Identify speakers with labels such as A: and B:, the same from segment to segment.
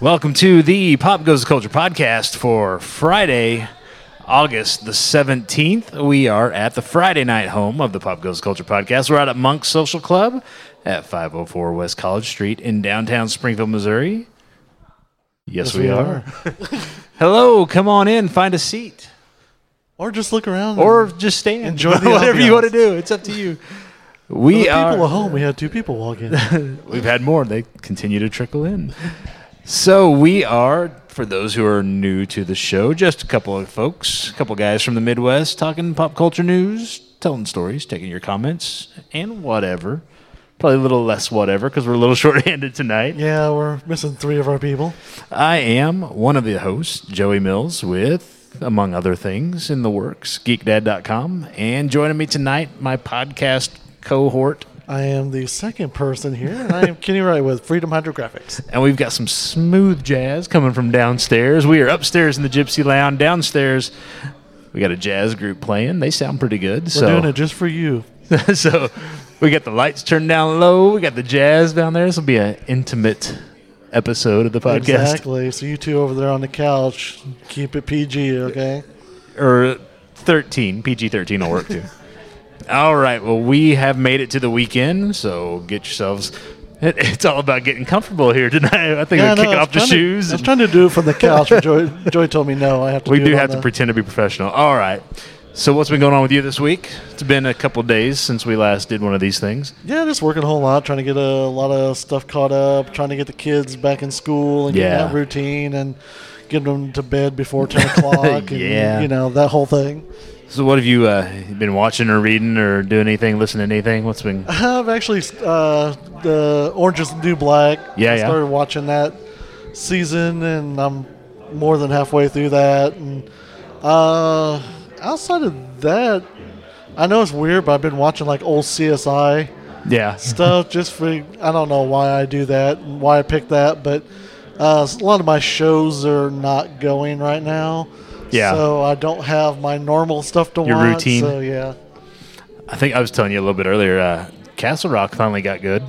A: Welcome to the Pop Goes the Culture podcast for Friday, August the 17th. We are at the Friday night home of the Pop Goes the Culture podcast. We're out at Monk's Social Club at 504 West College Street in downtown Springfield, Missouri. Yes, we, are. Hello, come on in, find a seat,
B: Or just look around.
A: or just stand.
B: Enjoy the
A: whatever you
B: ambiance.
A: want to do. It's up to you.
B: the
A: We
B: people
A: are
B: at home. We had two people walk in.
A: we've had more. They continue to trickle in. So we are, for those who are new to the show, just a couple of folks, a couple guys from the Midwest talking pop culture news, telling stories, taking your comments, and whatever. Probably a little less whatever because we're a little short-handed tonight.
B: yeah, we're missing three of our people.
A: I am one of the hosts, Joey Mills, with, among other things, in the works, geekdad.com. And joining me tonight, my podcast cohort,
B: I am the second person here, and I am Kenny Wright with Freedom Hydrographics.
A: and we've got some smooth jazz coming from downstairs. We are upstairs in the Gypsy Lounge. Downstairs, we got a jazz group playing. They sound pretty good.
B: We're
A: so,
B: doing it just for you.
A: so we got the lights turned down low. We got the jazz down there. This will be an intimate episode of the podcast,
B: Exactly. So you two over there on the couch, keep it PG, okay?
A: or thirteen PG thirteen will work too. all right. Well, we have made it to the weekend, so get yourselves. It, it's all about getting comfortable here tonight. I think we
B: I
A: kick
B: was
A: off the
B: trying to-
A: shoes.
B: I was
A: and-
B: trying to do it from the couch, but Joy, Joy told me no. I have to.
A: We
B: do,
A: do
B: it on
A: have to
B: the-
A: pretend to be professional. All right. So what's been going on with you this week? It's been a couple days since we last did one of these things.
B: Yeah, just working a whole lot, trying to get a lot of stuff caught up, trying to get the kids back in school and
A: Yeah.
B: get that routine and get them to bed before ten o'clock. And,
A: Yeah.
B: you know that whole thing.
A: So what have you uh, been watching or reading or doing anything, listening to anything? What's been?
B: I've actually uh, the Orange is the New Black.
A: Yeah,
B: I
A: yeah.
B: started watching that season, and I'm more than halfway through that. And uh, outside of that, I know it's weird, but I've been watching like old CSI
A: Yeah.
B: stuff just for I don't know why I do that, and why I picked that, but uh, a lot of my shows are not going right now.
A: Yeah.
B: So I don't have my normal stuff to
A: Your
B: watch.
A: routine.
B: So yeah.
A: I think I was telling you a little bit earlier. Uh, Castle Rock finally got good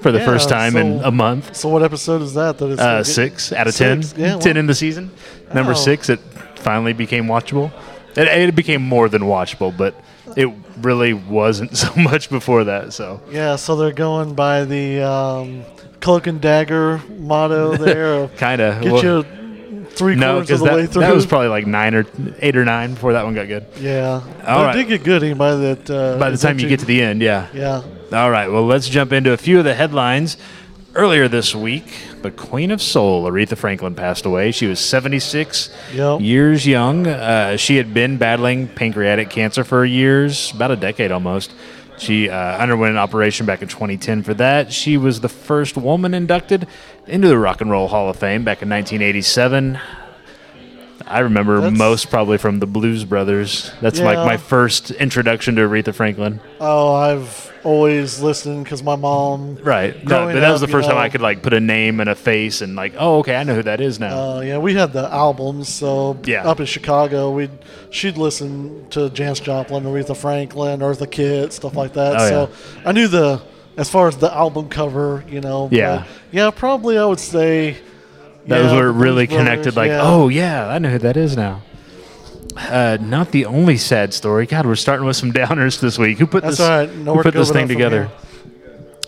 A: for the
B: Yeah,
A: first time in
B: so-
A: a month.
B: So what episode is that? That is
A: Uh, six out of
B: Six,
A: ten.
B: yeah, well-
A: ten in the season. Number
B: Oh.
A: six, it finally became watchable. It, it became more than watchable, but it really wasn't so much before that. So
B: Yeah. So they're going by the um, cloak and dagger motto there. of
A: kind of
B: Get you three
A: No,
B: quarters
A: because
B: of the way
A: that,
B: through.
A: that was probably like nine or eight or nine before that one got good.
B: yeah.
A: All
B: but
A: right.
B: It did get good. Anybody that uh,
A: By the time you get to the end, yeah.
B: yeah.
A: All right, well, let's jump into a few of the headlines. Earlier this week, the Queen of Soul, Aretha Franklin, passed away. She was 76
B: Yep.
A: years young. Uh, she had been battling pancreatic cancer for years, about a decade almost. She uh, underwent an operation back in 2010 for that. She was the first woman inducted into the Rock and Roll Hall of Fame back in 1987. I remember
B: That's-
A: most probably from the Blues Brothers. That's like
B: Yeah.
A: my first introduction to Aretha Franklin.
B: Oh, I've always listened because my mom.
A: Right. No,
B: Growing
A: but that was the
B: up,
A: first
B: you
A: time I
B: know-
A: could like put a name and a face and like, oh, okay, I know who that is now.
B: Uh, yeah, we had the albums. So
A: Yeah.
B: up in Chicago, we would she'd listen to Janis Joplin, Aretha Franklin, Eartha Kitt, stuff like that.
A: Oh,
B: so I knew the as far as the album cover, you know. but
A: Yeah.
B: yeah, probably I would say.
A: that was
B: yeah,
A: where it
B: the Blues
A: really
B: Brothers,
A: connected. Like,
B: yeah.
A: oh yeah, I know who that is now. Uh, not the only sad story. God, we're starting with some downers this week. Who put
B: That's
A: this?
B: all right. Nowhere
A: who
B: to
A: put
B: go
A: this
B: but
A: thing
B: up from
A: together?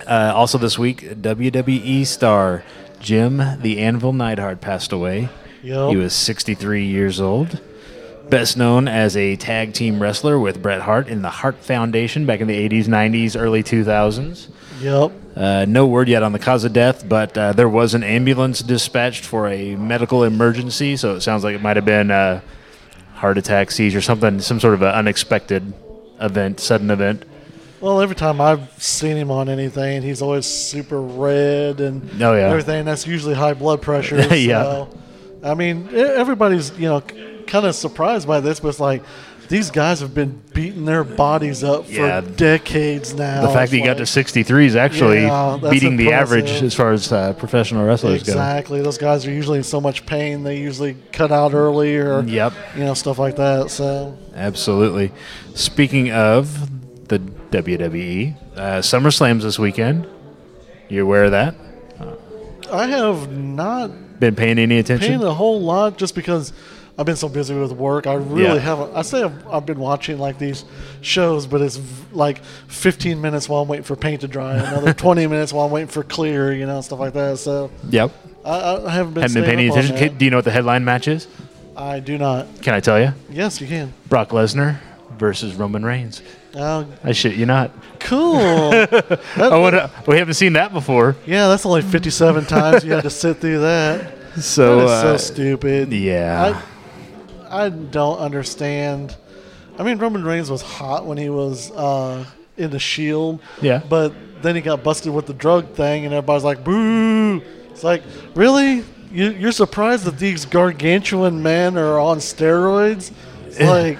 A: Uh, also this week, WWE star Jim the Anvil Neidhart passed away.
B: Yep.
A: He was 63 years old. Best known as a tag team wrestler with Bret Hart in the Hart Foundation back in the 80s, 90s, early 2000s.
B: Yep.
A: Uh, no word yet on the cause of death, but uh, there was an ambulance dispatched for a medical emergency, so it sounds like it might have been a heart attack, seizure, something, some sort of an unexpected event, sudden event.
B: Well, every time I've seen him on anything, he's always super red and
A: Oh, yeah.
B: everything. That's usually high blood pressure.
A: Yeah.
B: So, I mean, e- everybody's, you know, kind of surprised by this, but it's like these guys have been beating their bodies up for
A: Yeah.
B: decades now.
A: The fact
B: It's
A: that he got
B: Oh, like-
A: to 63 is actually
B: Yeah, that's
A: beating the average
B: impressive.
A: as far as uh, professional wrestlers
B: Exactly. Those guys are usually in so much pain, they usually cut out early or,
A: go. Yep.
B: you know, stuff like that. So,
A: Absolutely. Speaking of the WWE, uh, SummerSlam's this weekend. You aware of that?
B: I have not
A: been paying any attention?
B: paying a whole lot just because I've been so busy with work. I really
A: Yeah.
B: haven't. I say I've, I've been watching like these shows, but it's v- like 15 minutes while I'm waiting for paint to dry, another 20 minutes while I'm waiting for clear, you know, stuff like that. So
A: yep.
B: I, I haven't been.
A: Haven't been
B: staying
A: paying any
B: up on
A: attention. Ca-
B: that.
A: Do you know what the headline match is?
B: I do not.
A: Can I tell you?
B: Yes, you can.
A: Brock Lesnar versus Roman Reigns.
B: Oh,
A: I shit you not.
B: cool. That-
A: Oh, what, uh, we haven't seen that before.
B: yeah, that's only 57 times you had to sit through that.
A: So,
B: That is
A: uh,
B: so stupid.
A: yeah.
B: I, I don't understand. I mean, Roman Reigns was hot when he was uh, in the Shield.
A: Yeah.
B: But then he got busted with the drug thing, and everybody's like, "Boo!" It's like, really? You, you're surprised that these gargantuan men are on steroids? It's like,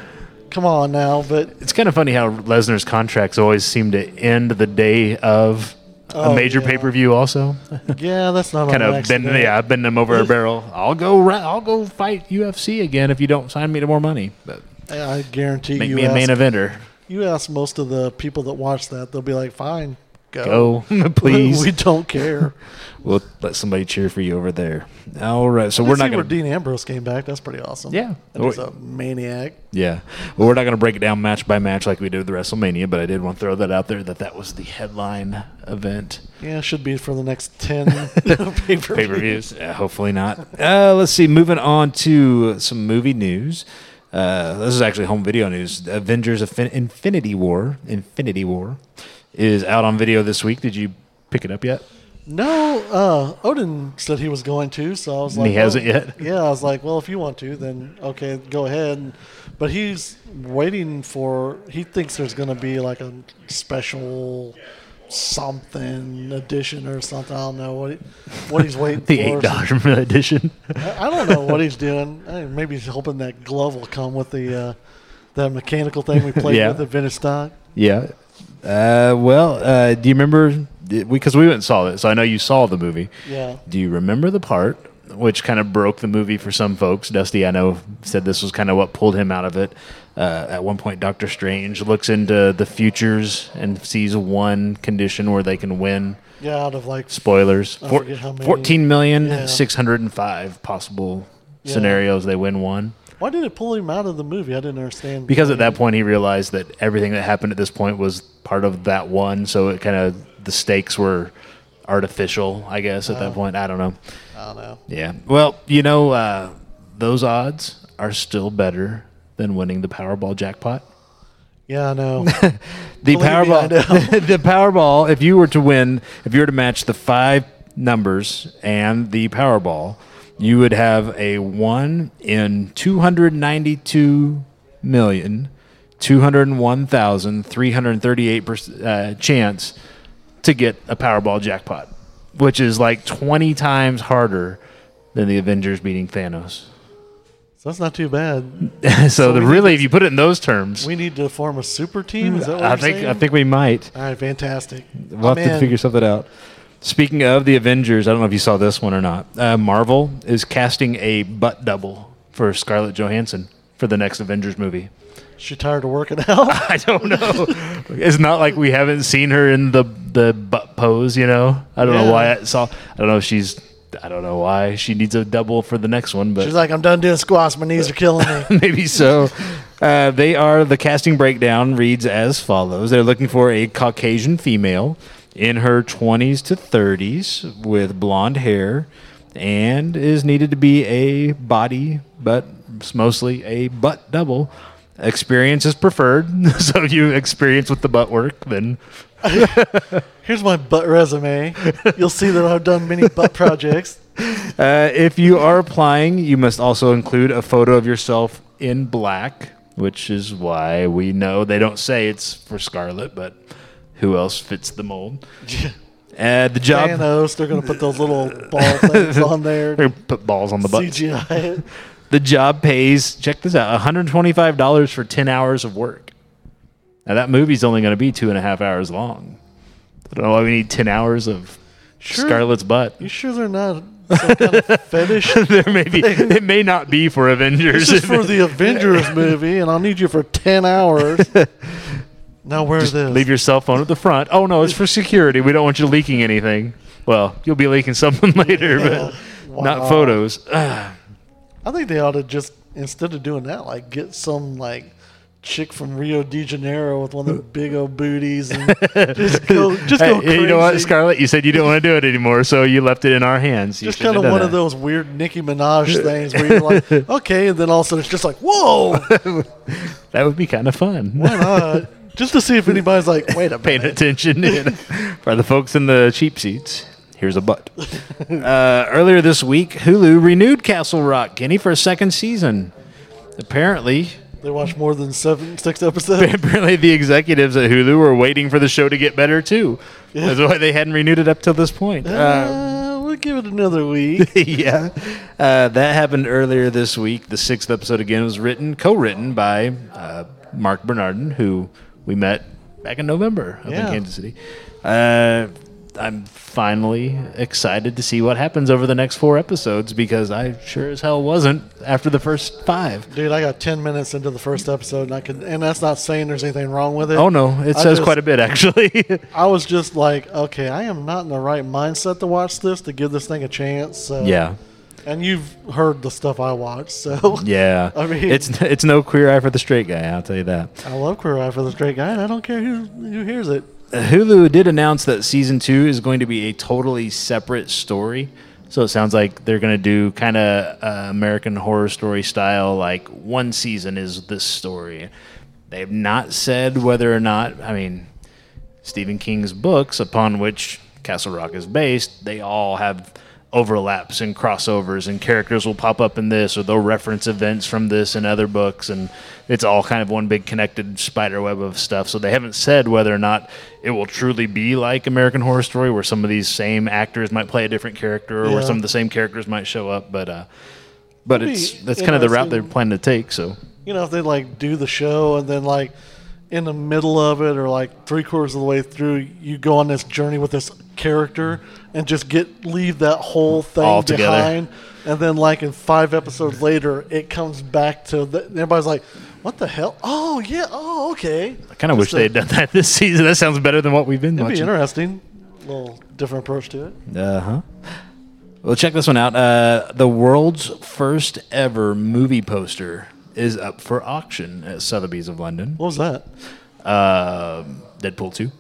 B: come on now. But
A: it's kind of funny how Lesnar's contracts always seem to end the day of a
B: Oh,
A: major
B: yeah.
A: pay per view. Also,
B: yeah, that's not
A: kind
B: on
A: of bend, yeah, bend them over a barrel. I'll go, ra- I'll go fight UFC again if you don't sign me to more money. But
B: I guarantee
A: make
B: you.
A: me a
B: ask,
A: main eventer.
B: You ask most of the people that watch that, they'll be like, "Fine,
A: Go, please.
B: Oh. we don't care."
A: we'll let somebody cheer for you over there. All right, so we're
B: Did see
A: not
B: where
A: going to.
B: Dean Ambrose came back. That's pretty awesome.
A: Yeah.
B: that was a maniac.
A: Yeah, well, we're not going to break it down match by match like we did with the WrestleMania, but I did want to throw that out there that that was the headline event.
B: Yeah, should be for the next ten pay per
A: pay per views. Uh, hopefully not. Uh, let's see. Moving on to some movie news. Uh, this is actually home video news. Avengers Infin- Infinity War. Infinity War is out on video this week. Did you pick it up yet?
B: No, uh, Odin said he was going to, so I was
A: And
B: like,
A: he hasn't
B: well-
A: yet?
B: Yeah, I was like, well, if you want to, then okay, go ahead. But he's waiting for. He thinks there's going to be like a special something edition or something. I don't know what he, what he's waiting
A: The
B: for.
A: eight dollar edition.
B: I I don't know what he's doing. I- Maybe he's hoping that glove will come with the uh, that mechanical thing we played
A: Yeah.
B: with at vintage stock.
A: yeah. Uh, well, uh, do you remember? Because we went and saw it, so I know you saw the movie.
B: Yeah.
A: Do you remember the part which kind of broke the movie for some folks? Dusty, I know, said this was kind of what pulled him out of it. Uh, at one point, Doctor Strange looks into the futures and sees one condition where they can win.
B: Yeah, out of like
A: Spoilers:
B: I
A: Four,
B: forget how many.
A: fourteen
B: Yeah.
A: million six hundred and five possible
B: Yeah.
A: scenarios they win one.
B: why did it pull him out of the movie? I didn't understand.
A: Because at that point, he realized that everything that happened at this point was part of that one. So it kind of the stakes were artificial, I guess. At
B: Oh.
A: that point, I don't know.
B: I don't know.
A: Yeah. Well, you know, uh, those odds are still better than winning the Powerball jackpot.
B: Yeah, I know.
A: The
B: Believe me, I
A: Powerball,
B: know.
A: the Powerball. If you were to win, if you were to match the five numbers and the Powerball, you would have a one in two hundred ninety-two million two hundred one thousand three hundred thirty-eight percent chance to get a Powerball jackpot, which is like twenty times harder than the Avengers beating Thanos.
B: so that's not too bad.
A: so, the,
B: we need
A: really, if you put it in those terms,
B: We need to form a super team. Is that what
A: I
B: you're
A: think
B: saying?
A: I think we might.
B: All right, fantastic.
A: We'll
B: I'm
A: have to
B: in.
A: figure something out. Speaking of the Avengers, I don't know if you saw this one or not. Uh, Marvel is casting a butt double for Scarlett Johansson for the next Avengers movie.
B: She tired of working out.
A: I don't know. it's not like we haven't seen her in the the butt pose, you know. I don't
B: Yeah.
A: know why I saw. I don't know if she's. I don't know why she needs a double for the next one, but
B: She's like, I'm done doing squats. My knees are killing me.
A: Maybe so. Uh, they are the casting breakdown reads as follows. They're looking for a Caucasian female in her 20s to 30s with blonde hair and is needed to be a body, but it's mostly a butt double. Experience is preferred. so if you experience with the butt work, then
B: Here's my butt resume. You'll see that I've done many butt projects.
A: Uh, if you are applying, you must also include a photo of yourself in black, which is why we know they don't say it's for Scarlet, but who else fits the mold? Uh, the job.
B: Thanos. They're going to put those little ball things on there.
A: They Put balls on the butt.
B: CGI it.
A: The job pays. Check this out: one hundred twenty-five dollars for ten hours of work. Now that movie's only going to be two and a half hours long. I don't know why we need ten hours of
B: Sure.
A: Scarlet's butt.
B: You sure they're not some kind of fetish?
A: there may be. It may not be for Avengers.
B: This is for the Avengers movie, and I'll need you for 10 hours. Now, where is this?
A: Leave your cell phone at the front. Oh no, it's for security. We don't want you leaking anything. Well, you'll be leaking something later, but not
B: Wow.
A: photos. Ugh,
B: I think they ought to just instead of doing that, like get some like chick from Rio de Janeiro with one of the big old booties and just go just go
A: hey,
B: crazy.
A: you know what, Scarlett? You said you didn't want to do it anymore, so you left it in our hands. You
B: just
A: shouldn't
B: kind of
A: have
B: one
A: done
B: of those weird Nicki Minaj things where you're like, okay, and then all of a sudden it's just like, whoa,
A: that. That would be kind of fun.
B: why not? Just to see if anybody's like, wait a
A: paying
B: minute.
A: attention in. for the folks in the cheap seats. Here's a butt. Uh, earlier this week, Hulu renewed Castle Rock, Kenny, for a second season. Apparently,
B: They watch more than seven, six episodes.
A: apparently the executives at Hulu were waiting for the show to get better too. That's why they hadn't renewed it up till this point. Uh,
B: Uh, we'll give it another week.
A: yeah, uh, that happened earlier this week. The sixth episode again was written, co-written by uh, Mark Bernardin, who we met back in November up in
B: Yeah.
A: Kansas City. Uh, I'm finally excited to see what happens over the next four episodes because I sure as hell wasn't after the first five.
B: Dude, I got ten minutes into the first episode, and I could, and that's not saying there's anything wrong with it.
A: Oh no, it
B: I
A: says
B: just-
A: quite a bit actually.
B: I was just like, okay, I am not in the right mindset to watch this to give this thing a chance. So.
A: yeah.
B: and you've heard the stuff I watch, so
A: Yeah,
B: I mean-
A: it's it's no queer eye for the straight guy. I'll tell you that.
B: I love Queer Eye for the Straight Guy, and I don't care who who hears it.
A: Hulu did announce that season two is going to be a totally separate story. So it sounds like they're going to do kind of uh, American Horror Story style, like one season is this story. They've not said whether or not, I mean, Stephen King's books, upon which Castle Rock is based, they all have overlaps and crossovers, and characters will pop up in this, or they'll reference events from this and other books, and it's all kind of one big connected spider web of stuff. So they haven't said whether or not it will truly be like American Horror Story, where some of these same actors might play a different character, or where
B: Yeah.
A: some of the same characters might show up, but. uh but
B: It'd
A: it's
B: be
A: that's kind of the route they're
B: interesting.
A: planning to take. So
B: You know, if they like do the show and then like in the middle of it or like three quarters of the way through, you go on this journey with this character and just get leave that whole thing
A: All together.
B: behind, and then like in five episodes later, it comes back to the, everybody's like, "What the hell? Oh yeah, oh okay."
A: I kind of wish they had done that this season. That sounds better than what we've been
B: It'd be
A: watching.
B: interesting. little different approach to it.
A: Uh huh. Well, check this one out. Uh, the world's first ever movie poster is up for auction at Sotheby's of London.
B: What was that?
A: Um Deadpool two.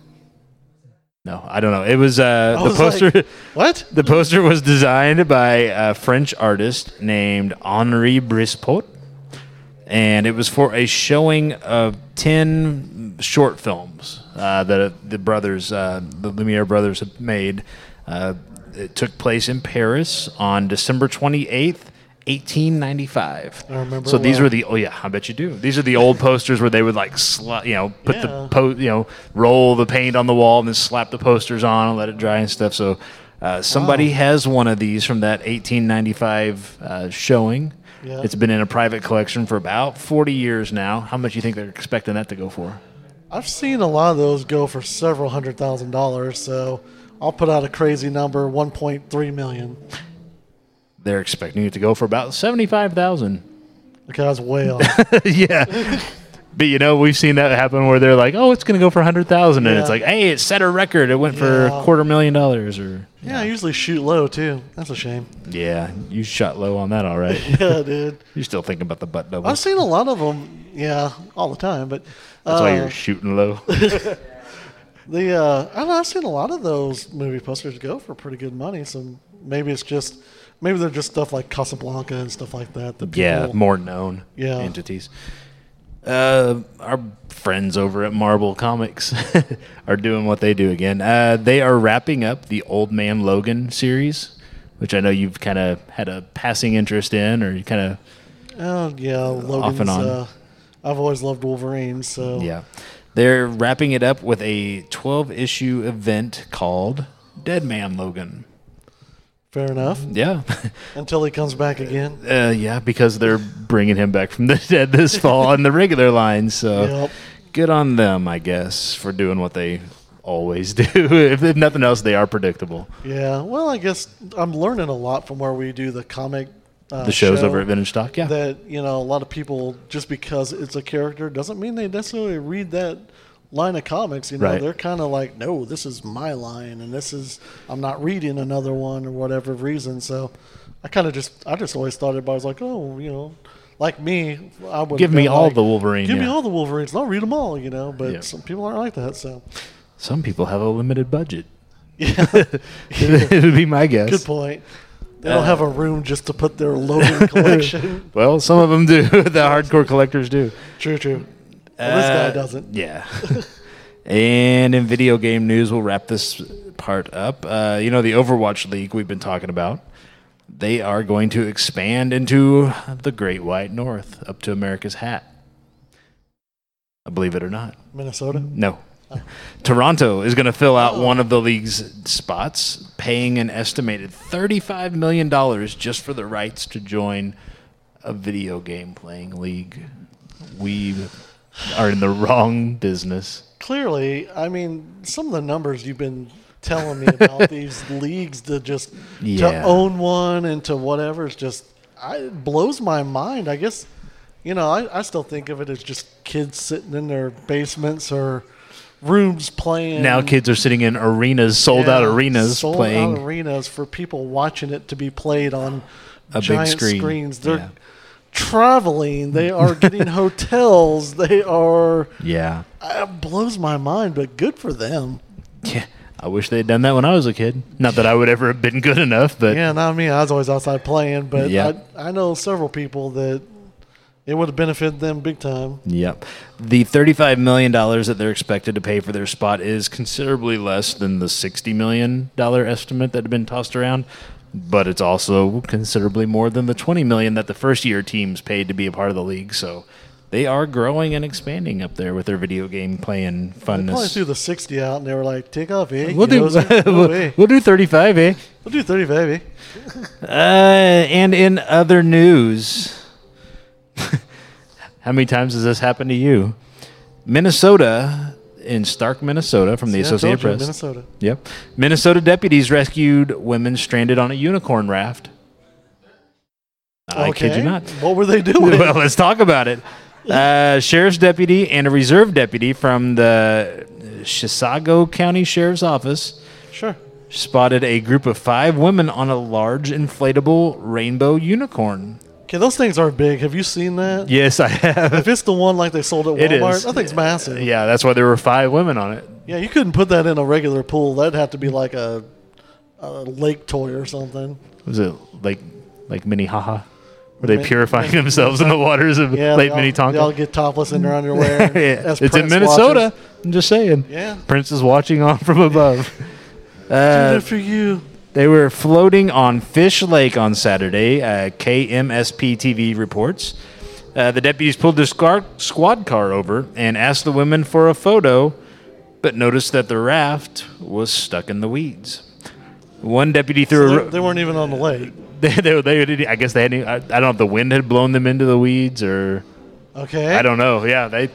A: No, I don't know. It was uh,
B: I
A: the
B: was like,
A: poster.
B: what?
A: the poster was designed by a French artist named Henri Brispot, and it was for a showing of ten short films uh, that the brothers, uh, the Lumiere brothers, had made. Uh, it took place in Paris on December twenty eighth. 1895.
B: I remember
A: So
B: it
A: these
B: well.
A: were the oh yeah, I bet you do. These are the old posters where they would like sli- you know put
B: Yeah.
A: the po- you know roll the paint on the wall and then slap the posters on and let it dry and stuff. So uh, somebody has one of these from that 1895 uh, showing.
B: Yeah.
A: It's been in a private collection for about 40 years now. How much do you think they're expecting that to go for?
B: I've seen a lot of those go for several hundred thousand dollars, so I'll put out a crazy number, 1.3 million.
A: They're expecting it to go for about 75,000.
B: Okay, I was way off.
A: yeah. But you know, we've seen that happen where they're like, "Oh, it's going to go for 100,000." And it's
B: Yeah.
A: like, "Hey, it set a record. It went for a
B: Yeah.
A: quarter million dollars or
B: yeah, I usually shoot low too. That's a shame.
A: Yeah, you shot low on that, all right.
B: Yeah, dude.
A: You're still thinking about the butt double.
B: I've
A: That's
B: seen a lot of them. Yeah, all the time. But uh,
A: why you're shooting low.
B: the uh, I don't know, I've seen a lot of those movie posters go for pretty good money. So maybe it's just maybe they're just stuff like Casablanca and stuff like that. That people,
A: yeah, more known
B: Yeah.
A: entities. Uh, our friends over at Marvel Comics are doing what they do again. Uh, they are wrapping up the Old Man Logan series, which I know you've kind of had a passing interest in, or you kind of
B: Oh yeah, Logan's.
A: and on.
B: Uh, I've always loved Wolverine, so
A: Yeah. They're wrapping it up with a 12 issue event called Dead Man Logan.
B: fair enough.
A: Yeah. Mm-hmm.
B: Until he comes back again.
A: uh, yeah, because they're bringing him back from the dead this fall on the regular line. So
B: Yep.
A: good on them, I guess, for doing what they always do. if, if nothing else, they are predictable.
B: Yeah. Well, I guess I'm learning a lot from where we do the comic. Uh,
A: The show's
B: show
A: over at Vintage Stock. Yeah.
B: That you know, a lot of people just because it's a character doesn't mean they necessarily read that line of comics, you know,
A: Right.
B: they're kind of like, no, this is my line, and this is I'm not reading another one or whatever reason. So I kind of just I just always thought everybody was like, oh, you know, like me, I would
A: Give me all the Wolverine,
B: Give me
A: yeah.
B: all the Wolverines. and I'll read them all, you know. But
A: Yeah.
B: some people aren't like that, so
A: Some people have a limited budget.
B: yeah,
A: it would be my guess.
B: good point. They
A: Uh,
B: don't have a room just to put their Logan collection.
A: Well, some of them do. the hardcore collectors do.
B: True, true. Well, this guy
A: Uh,
B: doesn't.
A: Yeah. and in video game news, we'll wrap this part up. Uh, you know, the Overwatch League we've been talking about, they are going to expand into the Great White North up to America's hat. I believe it or not.
B: Minnesota.
A: No. Toronto is going to fill out one of the league's spots, paying an estimated $35 million just for the rights to join a video game playing league. We are in the wrong business.
B: clearly, I mean, some of the numbers you've been telling me about these leagues to just
A: Yeah.
B: to own one and to whatever is just I, it blows my mind. I guess you know I, I still think of it as just kids sitting in their basements or rooms playing.
A: Now kids are sitting in arenas, sold out
B: Yeah,
A: arenas
B: sold
A: playing.
B: out arenas for people watching it to be played on
A: A big
B: giant
A: screen,
B: screens. They're
A: yeah.
B: traveling. They are getting hotels. They are. uh,
A: yeah.
B: It blows my mind, but good for them.
A: Yeah. I wish they had done that when I was a kid. Not that I would ever have been good enough, but
B: Yeah, not me. I was always outside playing, but
A: Yeah.
B: I, I know several people that it would have benefited them big time.
A: Yep. The $35 million that they're expected to pay for their spot is considerably less than the $60 million estimate that had been tossed around, but it's also considerably more than the $20 million that the first year teams paid to be a part of the league. So they are growing and expanding up there with their video game playing
B: They probably threw
A: funness.
B: the 60 out and they were like, take off, eh?
A: We'll do,
B: kiddos? No
A: we'll,
B: way.
A: we'll do 35, eh?
B: We'll do 30, baby.
A: Uh, and in other news, how many times has this happened to you? Minnesota, in Stark, Minnesota, from the
B: Yeah, I told
A: Associated
B: you,
A: Press.
B: Minnesota.
A: Yep. Minnesota deputies rescued women stranded on a unicorn raft. I kid
B: Okay.
A: you not.
B: What were they doing?
A: Well, let's talk about it. Uh, sheriff's deputy and a reserve deputy from the Chisago County Sheriff's Office
B: sure.
A: spotted a group of five women on a large inflatable rainbow unicorn.
B: Okay, those things are big. Have you seen that?
A: Yes, I have.
B: If it's the one like they sold at
A: It
B: Walmart,
A: is.
B: that thing's massive. Yeah.
A: Yeah, that's why there were five women on it.
B: you couldn't put that in a regular pool. That'd have to be like a, a lake toy or something.
A: Was it like like Minnehaha? Were they
B: Min-
A: purifying themselves in the waters of
B: Yeah,
A: Lake
B: they all, They all
A: Minnetonka?
B: get topless in their underwear.
A: Yeah,
B: as
A: It's in
B: Prince
A: Minnesota.
B: watches.
A: I'm just saying.
B: Yeah.
A: Prince is watching on from above. Uh,
B: Good for you.
A: They were floating on Fish Lake on Saturday. Uh, KMSP TV reports. Uh, the deputies pulled their scar- squad car over and asked the women for a photo, but noticed that the raft was stuck in the weeds. One deputy threw.
B: They,
A: a,
B: they weren't even on the lake.
A: they, they, they- I guess they had. I, I don't know if the wind had blown them into the weeds or
B: Okay.
A: I don't know. Yeah, they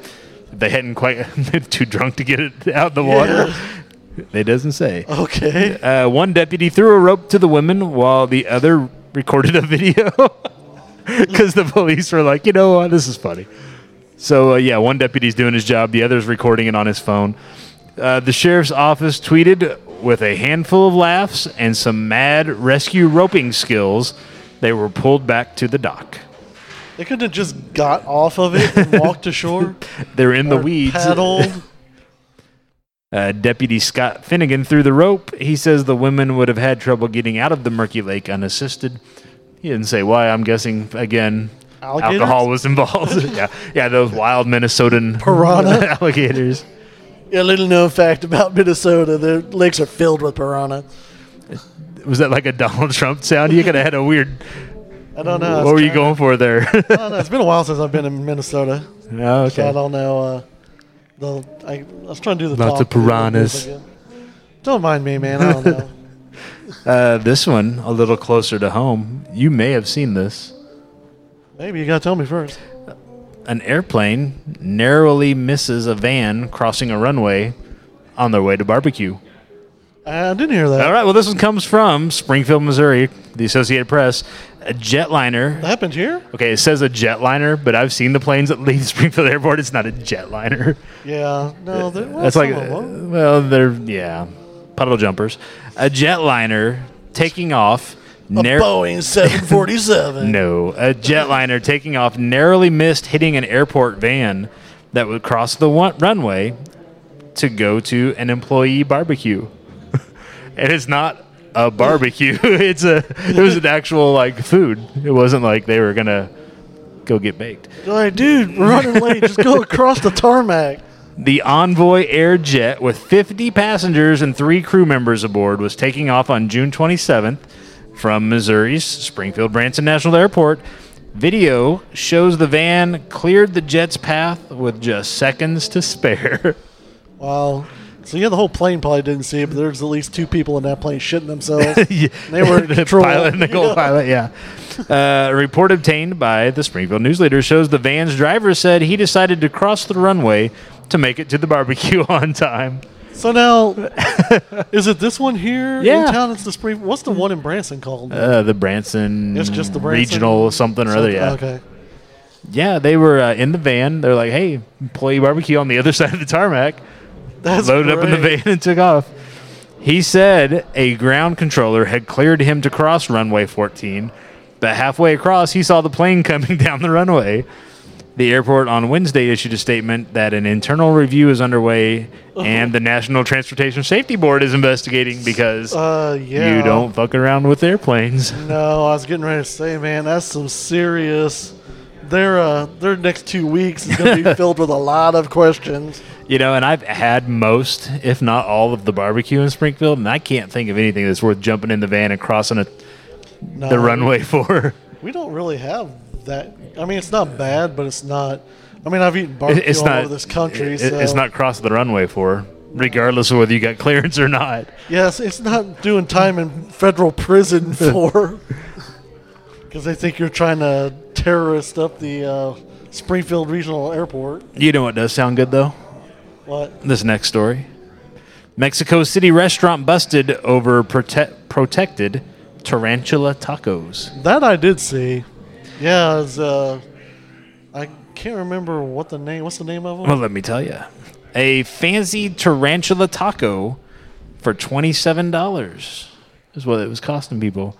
A: they hadn't quite been too drunk to get it out of the water. It doesn't say.
B: Okay.
A: Uh, one deputy threw a rope to the women while the other recorded a video because the police were like, you know what, this is funny. So, uh, yeah, one deputy's doing his job, the other's recording it on his phone. Uh, the sheriff's office tweeted with a handful of laughs and some mad rescue roping skills, they were pulled back to the dock.
B: They couldn't have just got off of it and walked ashore.
A: They're in the
B: or
A: weeds.
B: Paddled.
A: Uh, Deputy Scott Finnegan threw the rope. He says the women would have had trouble getting out of the murky lake unassisted. He didn't say why. I'm guessing again,
B: Alligators?
A: alcohol was involved. yeah, yeah, those wild Minnesotan
B: Piranha?
A: alligators.
B: Yeah, little known fact about Minnesota: their lakes are filled with piranha.
A: Was that like a Donald Trump sound? You could have had a weird.
B: I don't know. I was
A: what were you
B: trying-
A: going for there?
B: I don't know. It's been a while since I've been in Minnesota.
A: no,
B: So I
A: okay.
B: don't know. Uh, the I, I was trying to do the
A: Lots
B: top
A: of piranhas.
B: again. Don't mind me, man. I don't know.
A: Uh, this one a little closer to home. You may have seen this.
B: Maybe you gotta tell me first.
A: An airplane narrowly misses a van crossing a runway on their way to barbecue.
B: I didn't hear that.
A: All right. Well, this one comes from Springfield, Missouri, the Associated Press. a jetliner.
B: That happened here?
A: Okay, it says a jetliner, but I've seen the planes that leave Springfield Airport. It's not a jetliner.
B: Yeah. No, there, well,
A: That's
B: some
A: like,
B: of
A: uh,
B: 'em.
A: well, they're yeah, puddle jumpers. A jetliner taking off. narr-
B: Boeing 747.
A: no, a jetliner taking off narrowly missed hitting an airport van that would cross the one- runway to go to an employee barbecue. and it's not a barbecue. it's a it was an actual like food. It wasn't like they were gonna go get baked.
B: They're like, dude, we're running late. Just go across the tarmac.
A: The Envoy Air Jet with 50 passengers and three crew members aboard was taking off on June 27th from Missouri's Springfield Branson National Airport. Video shows the van cleared the jet's path with just seconds to spare.
B: Wow. So yeah, the whole plane probably didn't see it, but there's at least two people in that plane shitting themselves.
A: Yeah.
B: They were in
A: the
B: control.
A: pilot and the co-pilot. Yeah. Uh, a report obtained by the Springfield News Leader shows the van's driver said he decided to cross the runway to make it to the barbecue on time.
B: So now, is it this one here
A: Yeah.
B: in town? It's the spring. What's the one in Branson called?
A: Uh, the Branson.
B: It's just the Branson?
A: regional something or other. Yeah.
B: Okay.
A: Yeah, they were uh, in the van. They're like, "Hey, employee barbecue on the other side of the tarmac."
B: That's
A: Loaded up in the
B: great.
A: van and took off. He said a ground controller had cleared him to cross runway 14, but halfway across, he saw the plane coming down the runway. The airport on Wednesday issued a statement that an internal review is underway and the National Transportation Safety Board is investigating because
B: Uh, yeah.
A: you don't fuck around with airplanes.
B: No, I was getting ready to say, man, that's some serious. Their uh, their next two weeks is going to be filled with a lot of questions.
A: You know, and I've had most, if not all, of the barbecue in Springfield, and I can't think of anything that's worth jumping in the van and crossing a,
B: No,
A: the runway for.
B: We don't really have that. I mean, it's not bad, but it's not. I mean, I've eaten barbecue
A: It's
B: all
A: not
B: over this country.
A: it-
B: so
A: It's not crossing the runway for, regardless of whether you got clearance or not.
B: Yes, it's not doing time in federal prison for because they think you're trying to terrorist up the uh, Springfield Regional Airport.
A: You know what does sound good though?
B: What?
A: This next story. Mexico City restaurant busted over prote- protected tarantula tacos.
B: That I did see. Yeah, it's, uh, I can't remember what the name. What's the name of
A: Well,
B: them?
A: let me tell you. A fancy tarantula taco for $27 is what it was costing people.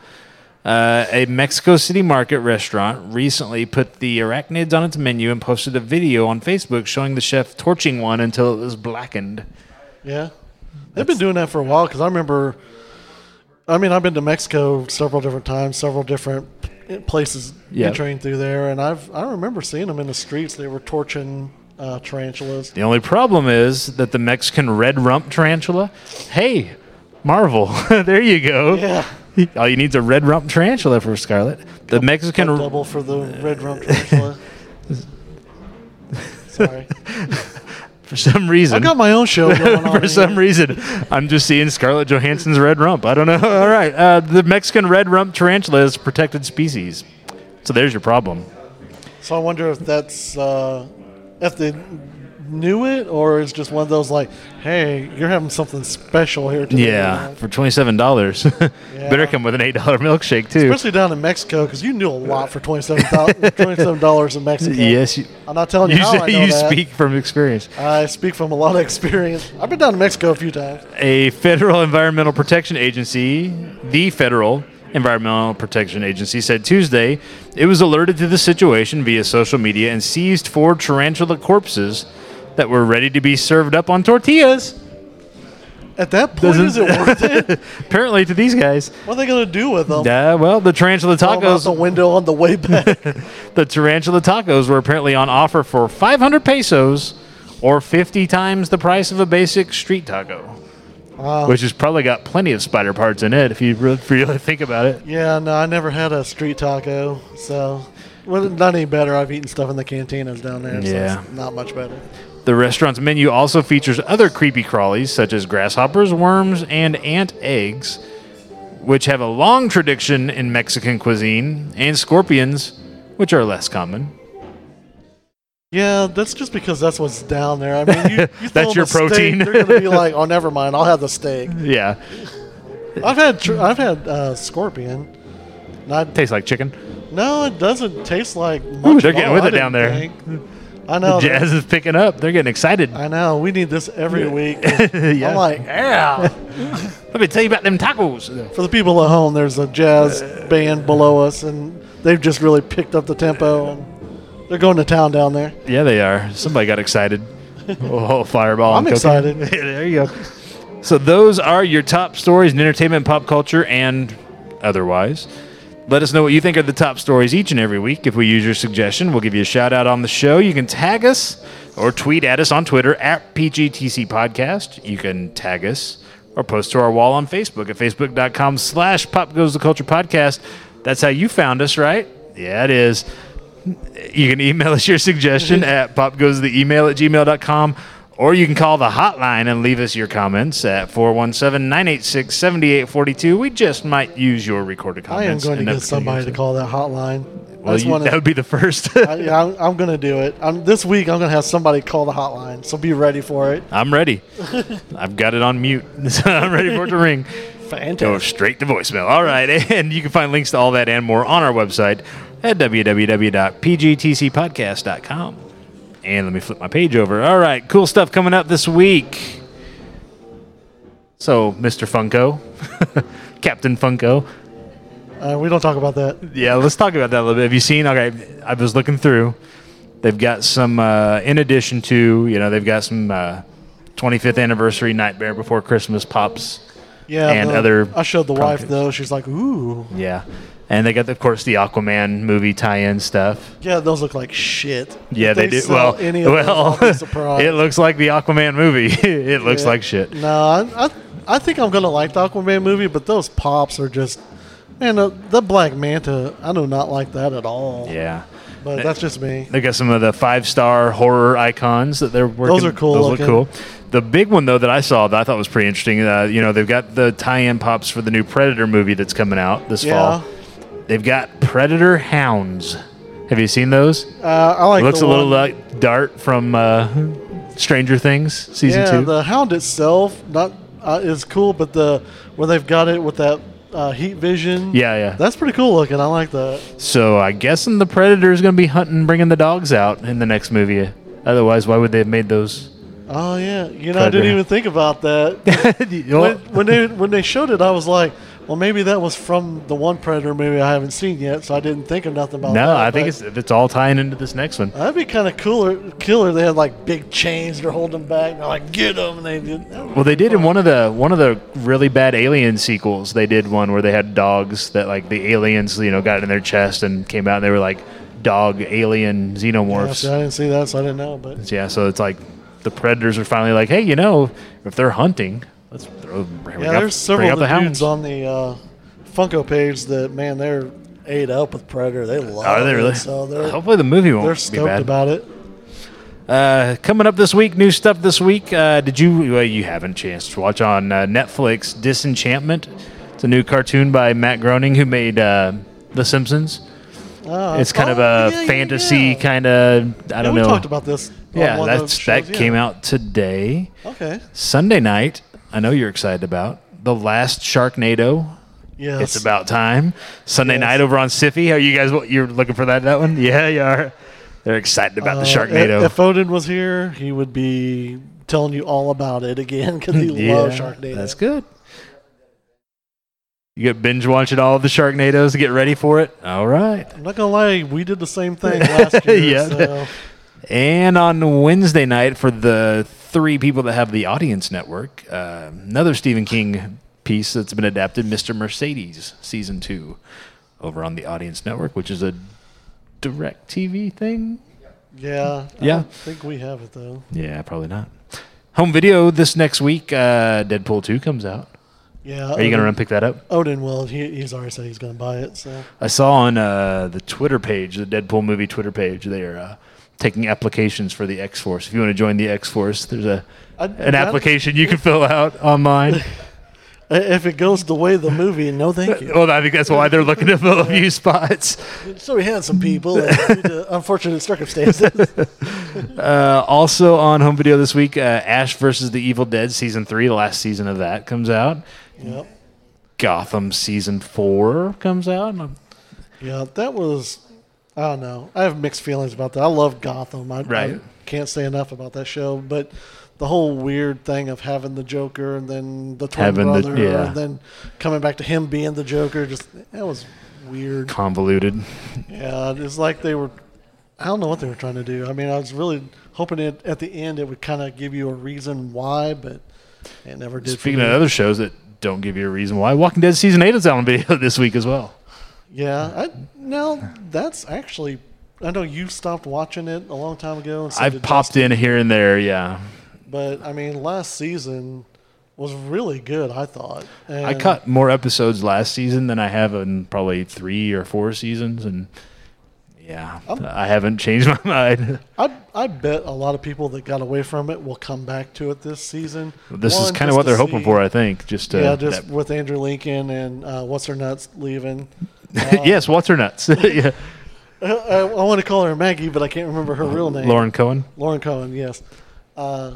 A: Uh, a Mexico City market restaurant recently put the arachnids on its menu and posted a video on Facebook showing the chef torching one until it was blackened.
B: Yeah, they've been doing that for a while because I remember. I mean, I've been to Mexico several different times, several different places
A: Yeah.
B: entering through there, and I've I remember seeing them in the streets. They were torching uh, tarantulas.
A: The only problem is that the Mexican red rump tarantula, hey, Marvel, there you go.
B: Yeah.
A: All you need is a red rump tarantula for Scarlet. The Mexican
B: A double for the red rump tarantula. Sorry,
A: for some
B: I
A: reason
B: got my own show going on.
A: for some reason. I'm just seeing Scarlett Johansson's red rump. I don't know. All right. Uh, the Mexican red rump tarantula is a protected species. So there's your problem.
B: So I wonder if that's uh, if they knew it or it's just one of those like, hey, you're having something special here today.
A: Yeah, for twenty-seven dollars, better come with an eight-dollar milkshake too.
B: Especially down in Mexico, because you knew a lot for $27, dollars in Mexico.
A: Yes, you,
B: I'm not telling you,
A: you,
B: how I
A: say-
B: know
A: you
B: that.
A: speak from experience.
B: I speak from a lot of experience. I've been down to Mexico a few times.
A: a federal environmental protection agency, the federal environmental protection agency, said Tuesday it was alerted to the situation via social media and seized four tarantula corpses that were ready to be served up on tortillas.
B: At that point, is it worth it?
A: Apparently, to these guys.
B: What are they going to do with them?
A: Uh, well, the tarantula
B: Throw 'em out the
A: tacos,
B: window on the way back.
A: the tarantula tacos were apparently on offer for 500 pesos, or 50 times the price of a basic street taco,
B: Wow.
A: which has probably got plenty of spider parts in it if you really, if you really think about it.
B: Yeah, no, I never had a street taco, so well, not any better. I've eaten stuff in the cantinas down there.
A: Yeah.
B: so it's not much better.
A: The restaurant's menu also features other creepy crawlies such as grasshoppers, worms, and ant eggs, which have a long tradition in Mexican cuisine, and scorpions, which are less common.
B: Yeah, that's just because that's what's down there. I mean, you, you throw
A: That's
B: them
A: your
B: a steak,
A: protein.
B: they're gonna be like, "Oh, never mind. I'll have the steak."
A: Yeah.
B: I've had tr- I've had uh, scorpion. Not
A: Tastes like chicken.
B: No, it doesn't taste like much.
A: they're
B: at
A: getting
B: all,
A: with
B: I
A: it down
B: didn't
A: there.
B: think. I know. that-
A: Jazz is picking up. They're getting excited.
B: I know. We need this every week.
A: Yeah.
B: I'm like,
A: yeah. Let me tell you about them tacos.
B: for the people at home, there's a jazz band below us, and they've just really picked up the tempo. And they're going to town down there.
A: Yeah, they are. Somebody got excited. Oh, fireball!
B: I'm
A: and cocaine.
B: excited.
A: there you go. So those are your top stories in entertainment, pop culture, and otherwise. Let us know what you think are the top stories each and every week. If we use your suggestion, we'll give you a shout out on the show. You can tag us or tweet at us on Twitter at PGTC Podcast. You can tag us or post to our wall on Facebook at facebook.com slash pop goes the culture podcast. That's how you found us, right? Yeah, it is. You can email us your suggestion at popgoestheemail at gmail.com, or you can call the hotline and leave us your comments at 417 986 7842. We just might use your recorded
B: I am
A: comments.
B: going to
A: in
B: get
A: upcoming
B: somebody to
A: episodes.
B: call that hotline.
A: Well,
B: That's
A: you-
B: one of-
A: that would be the first.
B: I, yeah, I'm, I'm going to do it. I'm, this week, I'm going to have somebody call the hotline, so be ready for it.
A: I'm ready. I've got it on mute. So I'm ready for it to ring. Go
B: Fantastic.
A: straight to voicemail. All right. And you can find links to all that and more on our website at www.pgtcpodcast.com. And let me flip my page over. All right. Cool stuff coming up this week. So, Mr. Funko, Captain Funko.
B: Uh, we don't talk about that.
A: Yeah, let's talk about that a little bit. Have you seen? Okay, I was looking through. They've got some, uh, in addition to, you know, they've got some uh, 25th anniversary Nightmare Before Christmas pops.
B: Yeah.
A: And
B: the-
A: other
B: I showed the wife,
A: promptings.
B: though. She's like, ooh.
A: Yeah. And they got, of course, the Aquaman movie tie-in stuff.
B: Yeah, those look like shit.
A: Yeah,
B: If
A: they, do.
B: sell
A: Well,
B: any of those,
A: well,
B: I'll be surprised.
A: it looks like the Aquaman movie. it looks
B: Yeah.
A: like shit.
B: No, I, I, I think I'm gonna like the Aquaman movie, but those pops are just, man, the, the Black Manta. I do not like that at all.
A: Yeah.
B: but that's just me.
A: They got some of the five-star horror icons that they're working.
B: are cool
A: Those
B: looking.
A: look cool. The big one though that I saw that I thought was pretty interesting. Uh, you know, they've got the tie-in pops for the new Predator movie that's coming out this
B: Yeah,
A: fall. They've got Predator hounds. Have you seen those?
B: uh, I like.
A: looks
B: the
A: a little
B: one-
A: like Dart from uh, Stranger Things season
B: yeah,
A: two.
B: the Hound itself not uh, is cool, but the where they've got it with that uh, heat vision.
A: yeah, yeah.
B: that's pretty cool looking. I like that.
A: So I guessing the predator is going to be hunting, bringing the dogs out in the next movie. Otherwise, why would they have made those?
B: Oh yeah, you know I didn't
A: Predator.
B: even think about that. when, when they when they showed it, I was like. Well, maybe that was from the one Predator movie I haven't seen yet, so I didn't think of nothing about that.
A: no, I think
B: but-
A: it's it's all tying into this next one.
B: That'd be kind of cooler. Killer. They had like big chains. They're holding them back. and They're like, get them. And they did.
A: Well, they did in one of the one of the really bad Alien sequels. They did one where they had dogs that like the aliens, you know, got in their chest and came out, and they were like dog alien
B: Yeah,
A: xenomorphs.
B: see, I didn't see that, so I didn't know. But
A: Yeah, so it's like the predators are finally like, hey, you know, if they're hunting, let's throw bring
B: yeah,
A: out-
B: there's
A: bring
B: several
A: out
B: of the
A: hounds.
B: dudes on the uh, Funko page that man, they're ate up with Predator. They love.
A: Are they
B: it,
A: really?
B: So they're
A: Hopefully, the movie won't
B: they're
A: be
B: stoked
A: bad.
B: about it.
A: Uh, coming up this week, new stuff this week. Uh, did you? Well, you haven't chance to watch on uh, Netflix Disenchantment. It's a new cartoon by Matt Groening, who made uh, The Simpsons.
B: Uh,
A: It's kind of
B: oh,
A: a
B: yeah, yeah,
A: fantasy
B: yeah.
A: kind of. I
B: Yeah,
A: don't
B: we
A: know.
B: talked about this. on
A: yeah,
B: one of
A: that's
B: those shows,
A: that
B: yeah.
A: came out today,
B: Okay.
A: Sunday night. I know you're excited about the last Sharknado.
B: Yes.
A: It's about time. Sunday
B: Yes.
A: night over on Siffy. Are you guys? You're looking for that? That one? Yeah, you are. They're excited about the
B: Uh,
A: Sharknado.
B: If, if Odin was here, he would be telling you all about it again because he loves Sharknado.
A: That's good. You get binge watching all of the Sharknadoes to get ready for it. All right.
B: I'm not gonna lie, we did the same thing last year.
A: Yeah.
B: so.
A: And on Wednesday night, for the three people that have the Audience Network, uh, another Stephen King piece that's been adapted, Mr. Mercedes, season two, over on the Audience Network, which is a direct TV thing.
B: Yeah.
A: Yeah.
B: I don't think we have it though.
A: Yeah, probably not. Home video this next week, uh, Deadpool 2 comes out.
B: Yeah.
A: Are you going to run pick that up?
B: Odin will. He, he's already said he's gonna buy it. So
A: I saw on uh, the Twitter page, the Deadpool movie Twitter page, they are uh, taking applications for the X Force. If you want to join the X Force, there's a
B: I-
A: an
B: I-
A: application you can fill out online.
B: I- if it goes the way of the movie, no thank you.
A: well, I think that's why they're looking to fill a few spots.
B: So we had some people and due to unfortunate circumstances.
A: Uh, also on home video this week, uh, Ash versus the Evil Dead season three, the last season of that comes out.
B: yep.
A: Gotham season four comes out. and I'm
B: Yeah, that was. I don't know. I have mixed feelings about that. I love Gotham. I,
A: Right.
B: I can't say enough about that show. But the whole weird thing of having the Joker and then the twin
A: Having the-
B: brother,
A: yeah.
B: and then coming back to him being the Joker, just that was weird.
A: Convoluted.
B: Yeah, it's like they were. I don't know what they were trying to do. I mean, I was really hoping it at the end it would kind of give you a reason why, but it never did. for
A: Speaking
B: me.
A: of other shows that don't give you a reason why, Walking Dead season eight is out on video this week as well.
B: Yeah, I, no, that's actually. I know you stopped watching it a long time ago. And so
A: I
B: did
A: popped in here and there, yeah.
B: Justin, but I mean, last season was really good. I thought. And
A: I cut more episodes last season than I have in probably three or four seasons, and yeah,
B: Um,
A: I haven't changed my mind.
B: I, I bet a lot of people that got away from it will come back to it this season.
A: This is
B: One,
A: kind of
B: just
A: what
B: to
A: they're hoping
B: see-
A: for, I think. Just to,
B: yeah, just
A: that-
B: with Andrew Lincoln and uh, what's her nuts leaving.
A: yes, what's her nuts? yeah.
B: I, I, uh, I want to call her Maggie, but I can't remember her real name.
A: Lauren Cohen
B: Lauren Cohen. Yes. Uh,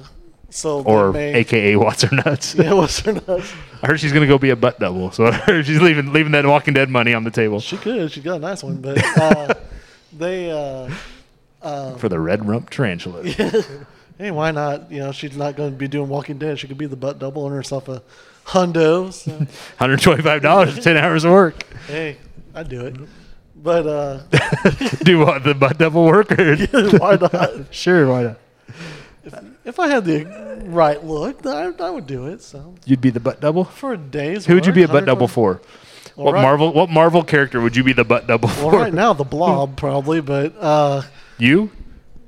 B: so they
A: or
B: may-
A: AKA What's her nuts.
B: yeah, what's her nuts?
A: I heard she's gonna go be a butt double, so I heard she's leaving leaving that Walking Dead money on the table
B: She could. She got a nice one, but uh, they. Uh,
A: for the red rump tarantula.
B: hey, why not? You know, she's not going to be doing Walking Dead. She could be the butt double and herself a hundo. So,
A: Hundred twenty five dollars, ten hours of work.
B: hey, I'd do it.
A: Mm-hmm.
B: But uh,
A: Do what the butt double work or
B: why not?
A: sure, why not?
B: If I had the right look, I, I would do it. So
A: You'd be the butt double.
B: for a day's
A: Who would you
B: work,
A: be a butt double
B: 120
A: for? what
B: right-
A: Marvel? What Marvel character would you be the butt double for?
B: Well, right now the blob probably, but uh,
A: you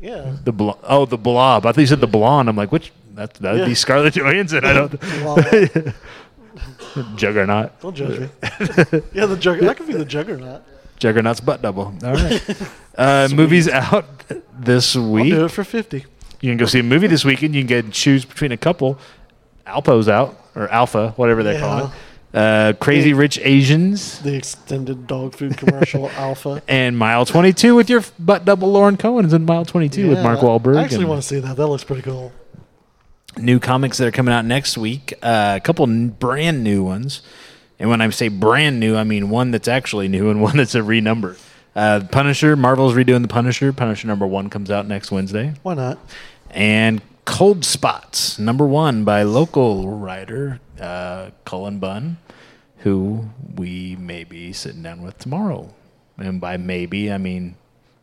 B: yeah,
A: the blo- oh the blob. I thought you said the blonde. I'm like, which that that'd be
B: Yeah.
A: Scarlett Johansson. I
B: Blob.
A: don't. Juggernaut.
B: don't judge me. yeah, the juggernaut. I could be the juggernaut.
A: Juggernaut's butt double. All right. Uh, movies out this week.
B: Do it for fifty.
A: You can go see a movie this weekend. You can get choose between a couple. Alpo's out or Alpha, whatever they call it. Uh, Crazy Rich Asians
B: The extended dog food commercial alpha.
A: and Mile 22 with your butt double Lauren Cohen is in Mile 22 with
B: Yeah,
A: Mark Wahlberg.
B: I actually
A: and-
B: want to see that. That looks pretty cool.
A: new comics that are coming out next week. Uh, a couple n- brand new ones, and when I say brand new, I mean one that's actually new and one that's a renumber. Uh, Punisher, Marvel's redoing the Punisher. Punisher number one comes out next Wednesday,
B: Why not?
A: and Cold Spots number one by local writer uh, Cullen Bunn, who we may be sitting down with tomorrow, and by maybe I mean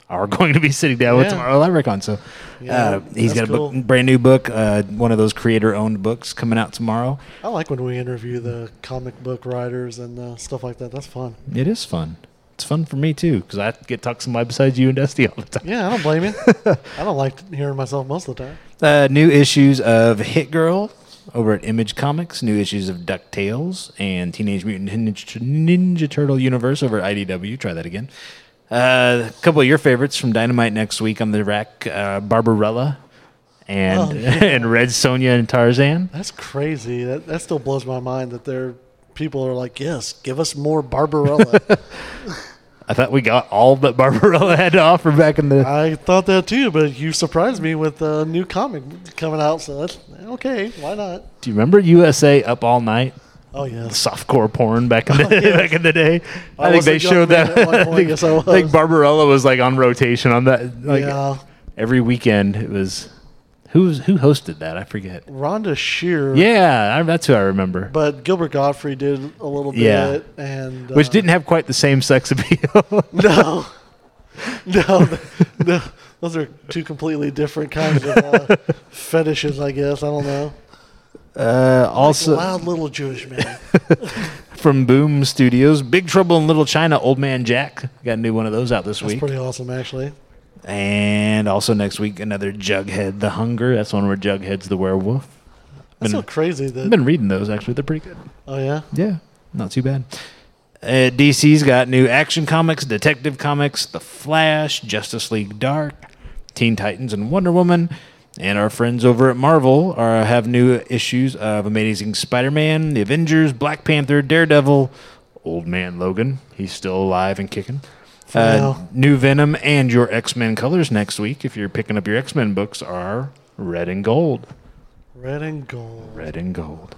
A: are going to be sitting down with
B: Yeah.
A: tomorrow LiveRecon. So
B: Yeah,
A: uh, he's got
B: that's
A: a book,
B: cool.
A: brand new book, uh, one of those creator-owned books coming out tomorrow.
B: I like when we interview the comic book writers and uh, stuff like that. That's fun.
A: It is fun. It's fun for me too because I get talked to somebody besides you and Dusty all the time.
B: Yeah, I don't blame you. I don't like hearing myself most of the time.
A: Uh, new issues of Hit Girl over at Image Comics. New issues of DuckTales and Teenage Mutant Ninja, Ninja Turtle Universe over at IDW. Try that again. Uh, a couple of your favorites from Dynamite next week on the rack: uh, Barbarella and
B: Oh, yeah.
A: and Red Sonia and Tarzan.
B: That's crazy. That that still blows my mind that there people are like, yes, give us more Barbarella.
A: I thought we got all that Barbarella had to offer back in the
B: I thought that too, but you surprised me with a new comic coming out. So that's okay. Why not?
A: Do you remember USA Up All Night?
B: Oh yes.
A: Softcore porn back in the back in the day. I,
B: I
A: think
B: was a
A: they
B: young
A: showed
B: man
A: that.
B: at one
A: I
B: point,
A: think,
B: yes, I was.
A: I think Barbarella was like on rotation on that. Like
B: yeah.
A: every weekend, it was who was, who hosted that? I forget.
B: Rhonda Shear.
A: Yeah, I, that's who I remember.
B: But Gilbert Godfrey did a little bit,
A: Yeah.
B: and
A: Which
B: uh,
A: didn't have quite the same sex appeal.
B: No, no, no. Those are two completely different kinds of uh, fetishes, I guess. I don't know.
A: uh, also
B: Loud little Jewish man.
A: from Boom Studios, Big Trouble in Little China, Old Man Jack got a new one of those out this
B: That's
A: week.
B: pretty awesome, actually.
A: And also next week, another Jughead the Hunger. That's one where Jughead's the werewolf.
B: That's
A: Been-
B: so crazy that.
A: I've been reading those actually; they're pretty good.
B: oh yeah,
A: Yeah, not too bad. Uh, DC's got new Action Comics, Detective Comics, The Flash, Justice League Dark, Teen Titans, and Wonder Woman. And our friends over at Marvel are have new issues of Amazing Spider-Man, The Avengers, Black Panther, Daredevil, Old Man Logan. He's still alive and kicking. Uh,
B: now.
A: new Venom and your X-Men colors next week. If you're picking up your X-Men books, are red and gold.
B: red and gold.
A: Red and gold.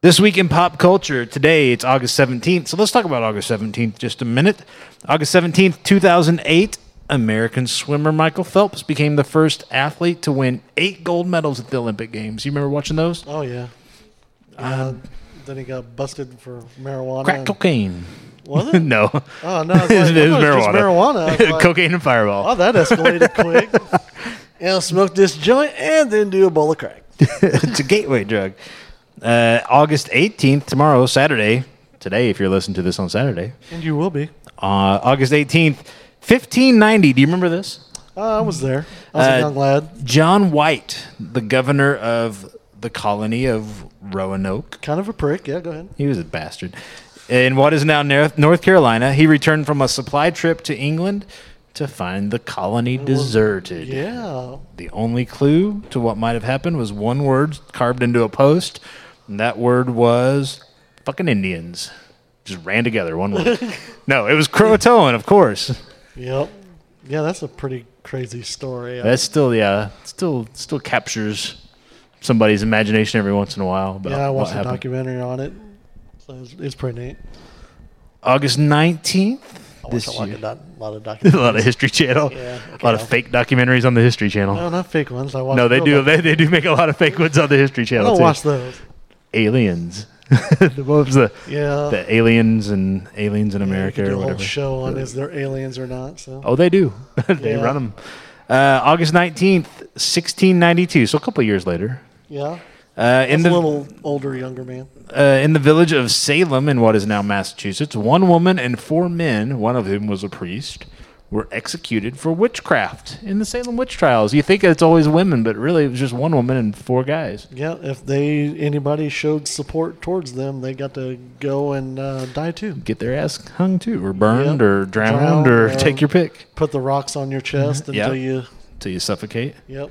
A: This week in pop culture, today it's August 17th. So let's talk about August 17th just a minute. August 17th, 2008, American swimmer Michael Phelps became the first athlete to win eight gold medals at the Olympic Games. You remember watching those?
B: Oh yeah. Uh, then he got busted for marijuana.
A: Um, Crack
B: and-
A: cocaine.
B: Oh. Was it?
A: no.
B: Oh no, it's like,
A: it is
B: I thought it was just marijuana. I
A: marijuana.
B: was like,
A: cocaine and fireball.
B: oh, that escalated quick. And I'll smoke this joint and then do a bowl of crack.
A: it's a gateway drug. Uh, August 18th, tomorrow, Saturday, today, if you're listening to this on Saturday,
B: And you will be.
A: uh, August 18th, 1590. Do you remember this?
B: Uh, I was there. I was
A: Uh,
B: a young lad.
A: John White, the governor of the colony of Roanoke,
B: Kind of a prick. Yeah, go ahead.
A: he was a bastard. In what is now Nar- North Carolina, he returned from a supply trip to England to find the colony deserted.
B: Yeah.
A: The only clue to what might have happened was one word carved into a post, and that word was fucking Indians. Just ran together, one word. no, it was Croatoan, of course.
B: Yep. Yeah, that's a pretty crazy story.
A: That's still, yeah, still, still captures somebody's imagination every once in a while. About
B: yeah, I
A: what
B: watched a
A: happened.
B: documentary on it. So it's, it's pretty neat.
A: August nineteenth.
B: I watched
A: This
B: a lot
A: year.
B: of, doc- lot of
A: a
B: documentaries.
A: lot of History Channel.
B: Yeah,
A: a lot of
B: okay.
A: fake documentaries on the History Channel.
B: no, not fake ones. I watched
A: no, they
B: real
A: do.
B: doc-
A: They, they do make a lot of fake ones on the History
B: I
A: Channel.
B: don't
A: too.
B: watch those.
A: aliens. what was the
B: Yeah.
A: the aliens and aliens in America
B: You could do
A: or
B: a whole
A: whatever?
B: show on is there aliens or not. So
A: Oh, they do. they
B: Yeah.
A: run them. Uh, August nineteenth, sixteen ninety two. So a couple years later.
B: yeah,
A: Uh, in
B: in
A: the
B: a little older, younger man.
A: uh, in the village of Salem in what is now Massachusetts, one woman and four men, one of whom was a priest, were executed for witchcraft in the Salem witch trials. You think it's always women, but really it was just one woman and four guys.
B: Yeah, if they anybody showed support towards them, they got to go and uh, die too.
A: Get their ass hung too, or burned,
B: Yep.
A: or drowned,
B: Drowned,
A: or
B: yeah.
A: take your pick
B: Put the rocks on your chest
A: Mm-hmm. Yeah.
B: until you.
A: till you suffocate.
B: Yep.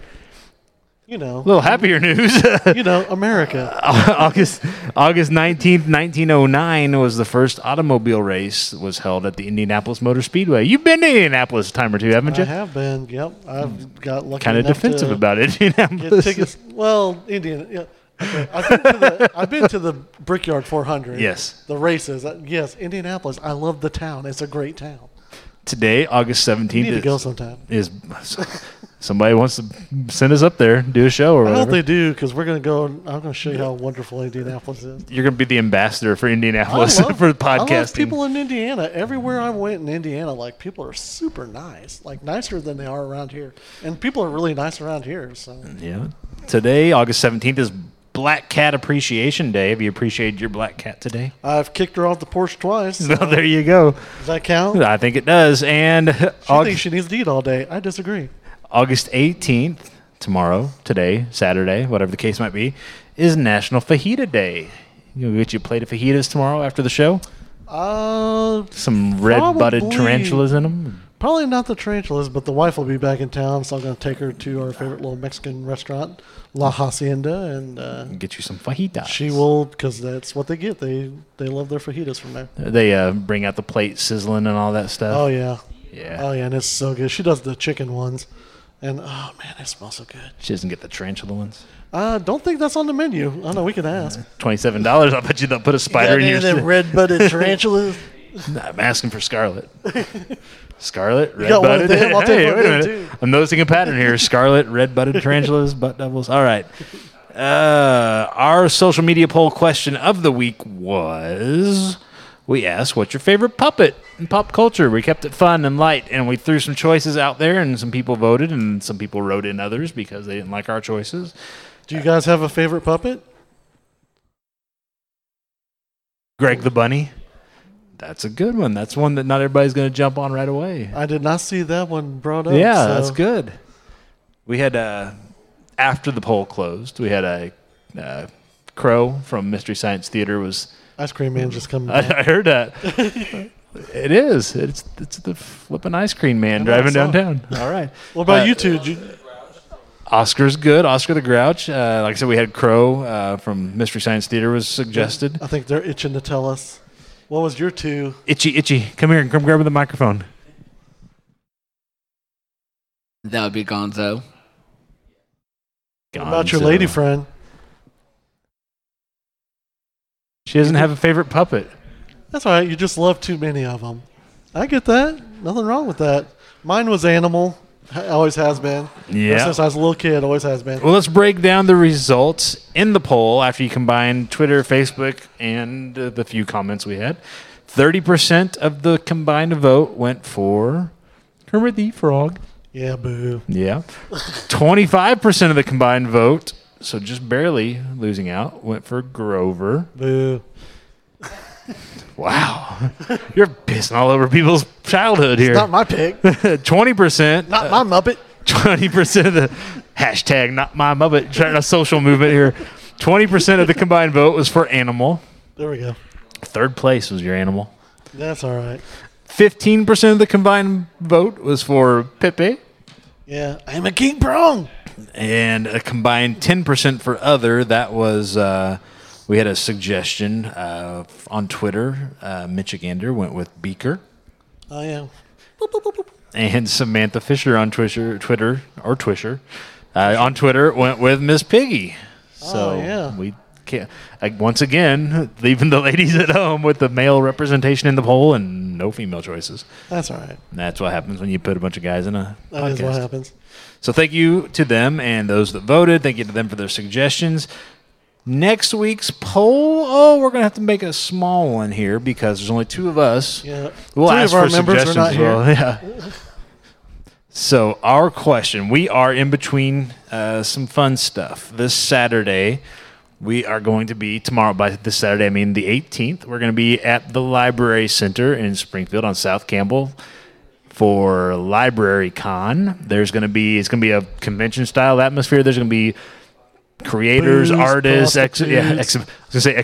B: You
A: A
B: know.
A: little happier news.
B: You know,
A: Uh,
B: America.
A: August August nineteenth, nineteen oh nine, was the first automobile race that was held at the Indianapolis Motor Speedway. You've been to Indianapolis a time or two, haven't
B: I
A: you?
B: have been. Yep, I've got lucky.
A: Kind of
B: enough
A: Hmm. defensive
B: to
A: about it.
B: Get
A: Indianapolis.
B: tickets. Well, Indian. Yeah. Okay. I've, been to the, I've been to the Brickyard 400.
A: Yes.
B: The races. Uh, Yes, Indianapolis. I love the town. It's a great town.
A: Today, August
B: You need
A: seventeenth
B: to go
A: is,
B: sometime.
A: is somebody wants to send us up there, do a show or
B: I
A: whatever.
B: hope they do because we're gonna go. and I'm gonna show you how wonderful Indianapolis is.
A: You're gonna be the ambassador for
B: Oh, I
A: Indianapolis for podcasting.
B: I love people in Indiana. Everywhere I went in Indiana, like people are super nice, like nicer than they are around here, and people are really nice around here. So
A: Yeah. Today, August seventeenth is Black Cat Appreciation Day. Have you appreciated your black cat today?
B: I've kicked her off the porch twice. so
A: Well, there you go.
B: does that count?
A: I think it does. And
B: I
A: August,
B: think she needs to eat all day. I disagree.
A: August 18th, tomorrow, today, Saturday, whatever the case might be, is National Fajita Day. You gonna get you a plate of fajitas tomorrow after the show?
B: Uh,
A: Some red butted
B: Probably.
A: tarantulas in them.
B: probably not the tarantulas, but the wife will be back in town, so I'm gonna take her to our favorite little Mexican restaurant, La Hacienda, and. Uh,
A: Get you some fajitas.
B: she will, because that's what they get. They they love their fajitas from there.
A: They uh, bring out the plate sizzling and all that
B: Oh
A: stuff.
B: yeah.
A: yeah.
B: Oh yeah, and it's so good. She does the chicken ones, and oh man, it smells so good.
A: She doesn't get the tarantula ones.
B: I don't think that's on the menu. I know we can ask.
A: Twenty-seven dollars. I'll bet you they'll put a spider in your.
B: red-butted tarantulas.
A: I'm asking for Scarlet. Scarlet, red
B: got one
A: butted.
B: of them? I'll take
A: Hey,
B: one of
A: wait a
B: them,
A: minute.
B: too.
A: I'm noticing a pattern here. Scarlet, red butted tarantulas, butt doubles. All right. Uh, our social media poll question of the week was we asked, What's your favorite puppet in pop culture? We kept it fun and light, and we threw some choices out there, and some people voted, and some people wrote in others because they didn't like our choices.
B: Do you guys have a favorite puppet?
A: Greg the Bunny. That's a good one. That's one that not everybody's going to jump on right away.
B: I did not see that one brought up.
A: Yeah,
B: so-
A: that's good. Oh, We had uh, after the poll closed, we had a uh, crow from Mystery Science Theater was.
B: Ice cream man just coming.
A: I,
B: back.
A: I heard that. it is. It's it's the flipping ice cream man
B: I
A: driving
B: saw it.
A: downtown. All right.
B: What about
A: Uh,
B: you two? Did you-
A: Oscar's good. Oscar the Grouch. Uh, like I said, we had Crow uh, from Mystery Science Theater was suggested.
B: I think they're itching to tell us. What was your two?
A: Itchy, itchy. Come here and come grab the microphone.
C: That would be Gonzo.
B: What about your lady friend?
A: She doesn't have a favorite puppet.
B: That's all right. You just love too many of them. I get that. Nothing wrong with that. Mine was Animal. Ha- Always has been.
A: Yeah.
B: Ever Since I was a little kid, always has been.
A: Well, let's break down the results in the poll after you combine Twitter, Facebook, and uh, the few comments we had. 30% of the combined vote went for Kermit the Frog.
B: Yeah, boo.
A: Yeah. 25% of the combined vote, so just barely losing out, went for Grover.
B: Boo.
A: Wow. You're pissing all over people's childhood here.
B: Not my pick.
A: 20%.
B: Not my Muppet.
A: twenty percent of the hashtag not my Muppet trying to social movement here. Twenty percent of the combined vote was for animal.
B: There we go.
A: Third place was your animal.
B: That's all right.
A: Fifteen percent of the combined vote was for Pepe,
B: Yeah. I'm a king prong.
A: and a combined ten percent for other. That was uh, we had a suggestion uh, on Twitter. Uh, Michigander went with Beaker.
B: Oh, yeah.
A: And Samantha Fisher on Twitter, Twitter or Twisher, uh, on Twitter went with Miss Piggy. So
B: Oh, yeah.
A: we can't. I, once again, leaving the ladies at home with the male representation in the poll and no female choices.
B: That's all right.
A: And that's what happens when you put a bunch of guys in a
B: That
A: podcast.
B: is what happens.
A: So thank you to them and those that voted. Thank you to them for their suggestions. Next week's poll, oh, we're gonna have to make a small one here because there's only two of us.
B: Yeah.
A: We'll
B: Three
A: ask
B: of our
A: for
B: members are
A: suggestions.
B: not
A: as
B: here.
A: well. Yeah. So our question: We are in between uh, some fun stuff this Saturday. We are going to be tomorrow by this Saturday. I mean the 18th. We're going to be at the Library Center in Springfield on South Campbell for Library Con. There's going to be it's going to be a convention style atmosphere. There's going to be creators,
B: Booze,
A: artists, ex- yeah, exhi- I
B: prostitutes.
A: was going to say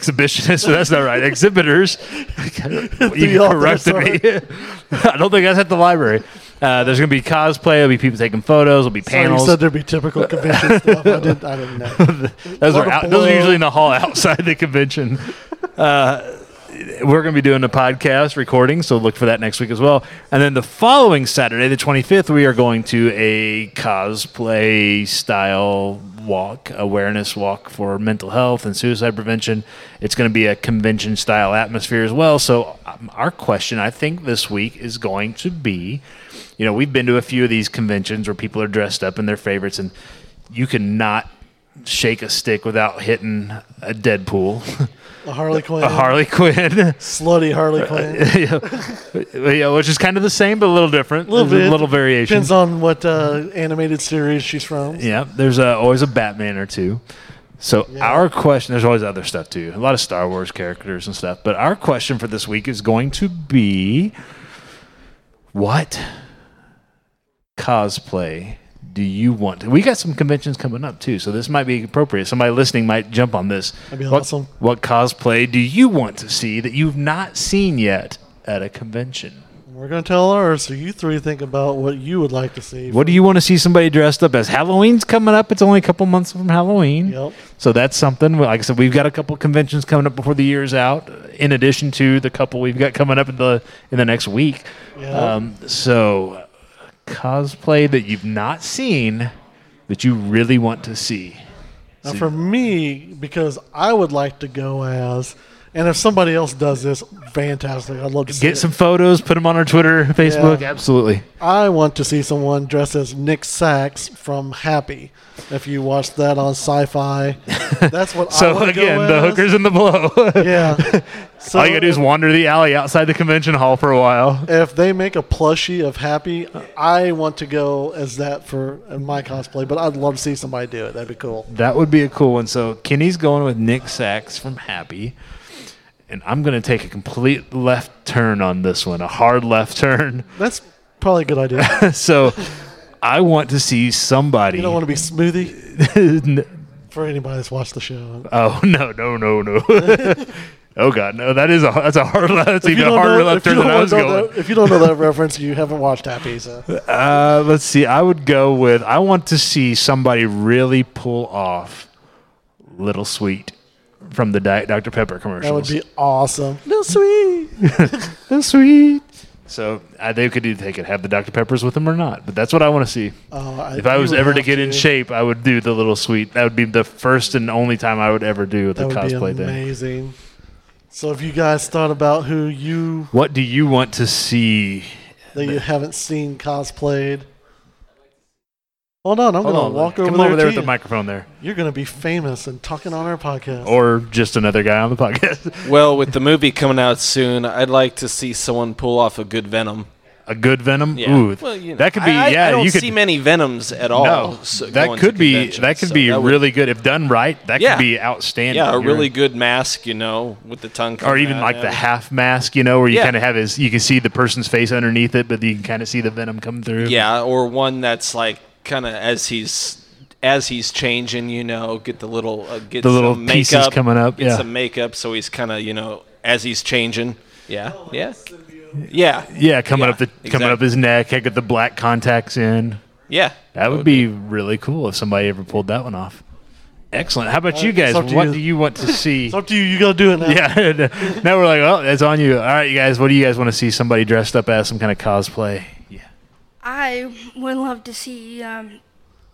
A: exhibitionists, but that's not right. Exhibitors.
B: The
A: you
B: authors
A: corrected me. I don't think that's at the library. Uh, there's going to be cosplay. There'll be people taking photos. There'll be panels.
B: So Oh, you said there'd be typical convention stuff. I didn't, I didn't know.
A: those,
B: What
A: are
B: a
A: out, those are
B: blow.
A: usually in the hall outside the convention. Uh, we're going to be doing a podcast recording, so look for that next week as well. And then the following Saturday, the 25th, we are going to a cosplay style walk, awareness walk for mental health and suicide prevention. It's going to be a convention style atmosphere as well. So, um, our question, I think, this week is going to be you know, we've been to a few of these conventions where people are dressed up in their favorites, and you cannot shake a stick without hitting a Deadpool,
B: A Harley Quinn.
A: a Harley Quinn,
B: Slutty Harley Quinn.
A: yeah, which is kind of the same but a little different,
B: Little
A: There's
B: bit.
A: a little variation.
B: Depends on what uh, animated series she's from.
A: yeah, there's uh always a Batman or two. So our question, there's always other stuff too, a lot of Star Wars characters and stuff. But our question for this week is going to be, what cosplay do you want? to- We got some conventions coming up too, so this might be appropriate. Somebody listening might jump on this.
B: That'd be
A: what,
B: awesome.
A: What cosplay do you want to see that you've not seen yet at a convention?
B: We're gonna tell ours. So you three think about what you would like to see.
A: What do you want to see somebody dressed up as? Halloween's coming up. It's only a couple months from Halloween.
B: Yep.
A: So that's something. Well, Like I said, we've got a couple conventions coming up before the year's out. In addition to the couple we've got coming up in the in the next week.
B: Yeah.
A: Um, so cosplay that you've not seen that you really want to see.
B: Now for me, because I would like to go as, and if somebody else does this, fantastic. I'd love to see
A: Get
B: it.
A: some photos. Put them on our Twitter, Facebook. Absolutely.
B: I want to see someone dressed as Nick Sachs from Happy. If you watch that on Sci-Fi, that's what. I
A: So
B: wanna go
A: again, the
B: as.
A: hookers and the blow.
B: Yeah. So
A: All you gotta do is wander the alley outside the convention hall for a while.
B: if they make a plushie of Happy, I want to go as that for my cosplay. But I'd love to see somebody do it. That'd be cool.
A: That would be a cool one. So Kenny's going with Nick Sachs from Happy. And I'm going to take a complete left turn on this one, a hard left turn.
B: That's probably a good idea.
A: so I want to see somebody.
B: You don't want to be smoothie
A: N-
B: for anybody that's watched the show.
A: oh, no, no, no, no. oh, God, no. That is a, that's a hard left. That's
B: If you
A: even a
B: don't
A: harder
B: know-
A: left
B: if you
A: turn than
B: don't
A: I was
B: know
A: going.
B: that- if you don't know that reference, you haven't watched Happy. So
A: Uh, let's see. I would go with I want to see somebody really pull off Little Sweet from the Diet Dr. Pepper commercials.
B: that would be awesome. No sweet.
A: That's sweet. So uh, they could do they could have the Dr Peppers with them or not, but that's what I want to see.
B: Oh,
A: if I
B: you
A: was
B: would
A: ever to
B: have
A: get in shape, I would do the little sweet. That would be the first and only time I would ever do the
B: that would
A: cosplay
B: be
A: thing.
B: amazing. So if you guys thought about who you
A: What do you want to see?
B: that you haven't seen cosplayed, hold on, I'm
A: Hold
B: gonna
A: on,
B: walk over
A: come
B: there.
A: over there
B: to
A: with the
B: you.
A: microphone there,
B: You're gonna be famous and talking on our podcast.
A: or just another guy on the podcast.
D: Well, with the movie coming out soon, I'd like to see someone pull off a good Venom.
A: A good Venom.
D: Yeah.
A: Ooh,
D: Well, you know,
A: that could be.
D: I, I-
A: yeah,
D: I don't
A: you could.
D: see many Venoms at all.
A: no,
D: so-
A: that
D: going to
A: could be.
D: conventions,
A: That could
D: so
A: be
D: that would-
A: really good if done right. That
D: Yeah.
A: could be outstanding.
D: yeah, a
A: You're-
D: really good mask, you know, with the tongue.
A: or
D: coming
A: even
D: out
A: like
D: and
A: the
D: everything.
A: half mask, you know, where you
D: Yeah.
A: kind of have his, you can see the person's face underneath it, but you can kind of see the venom come through.
D: Yeah, or one that's like kind of as he's as he's changing, you know, get the little uh, get
A: The little
D: some
A: pieces
D: makeup,
A: coming up,
D: get
A: yeah.
D: some makeup, so he's kind of you know as he's changing. Yeah, yeah, yeah,
A: yeah, coming
D: Yeah,
A: up the coming up
D: exactly.
A: his neck. I got the black contacts in.
D: yeah.
A: That would be really cool if somebody ever pulled that one off. Excellent. How about you guys?
B: Uh, up to
A: What
B: you.
A: do you want to see?
B: It's up to you. You gotta do it now.
A: yeah. now we're like, oh, that's on you. All right, you guys. What do you guys want to see? Somebody dressed up as some kind of cosplay. Yeah.
E: I would love to see um,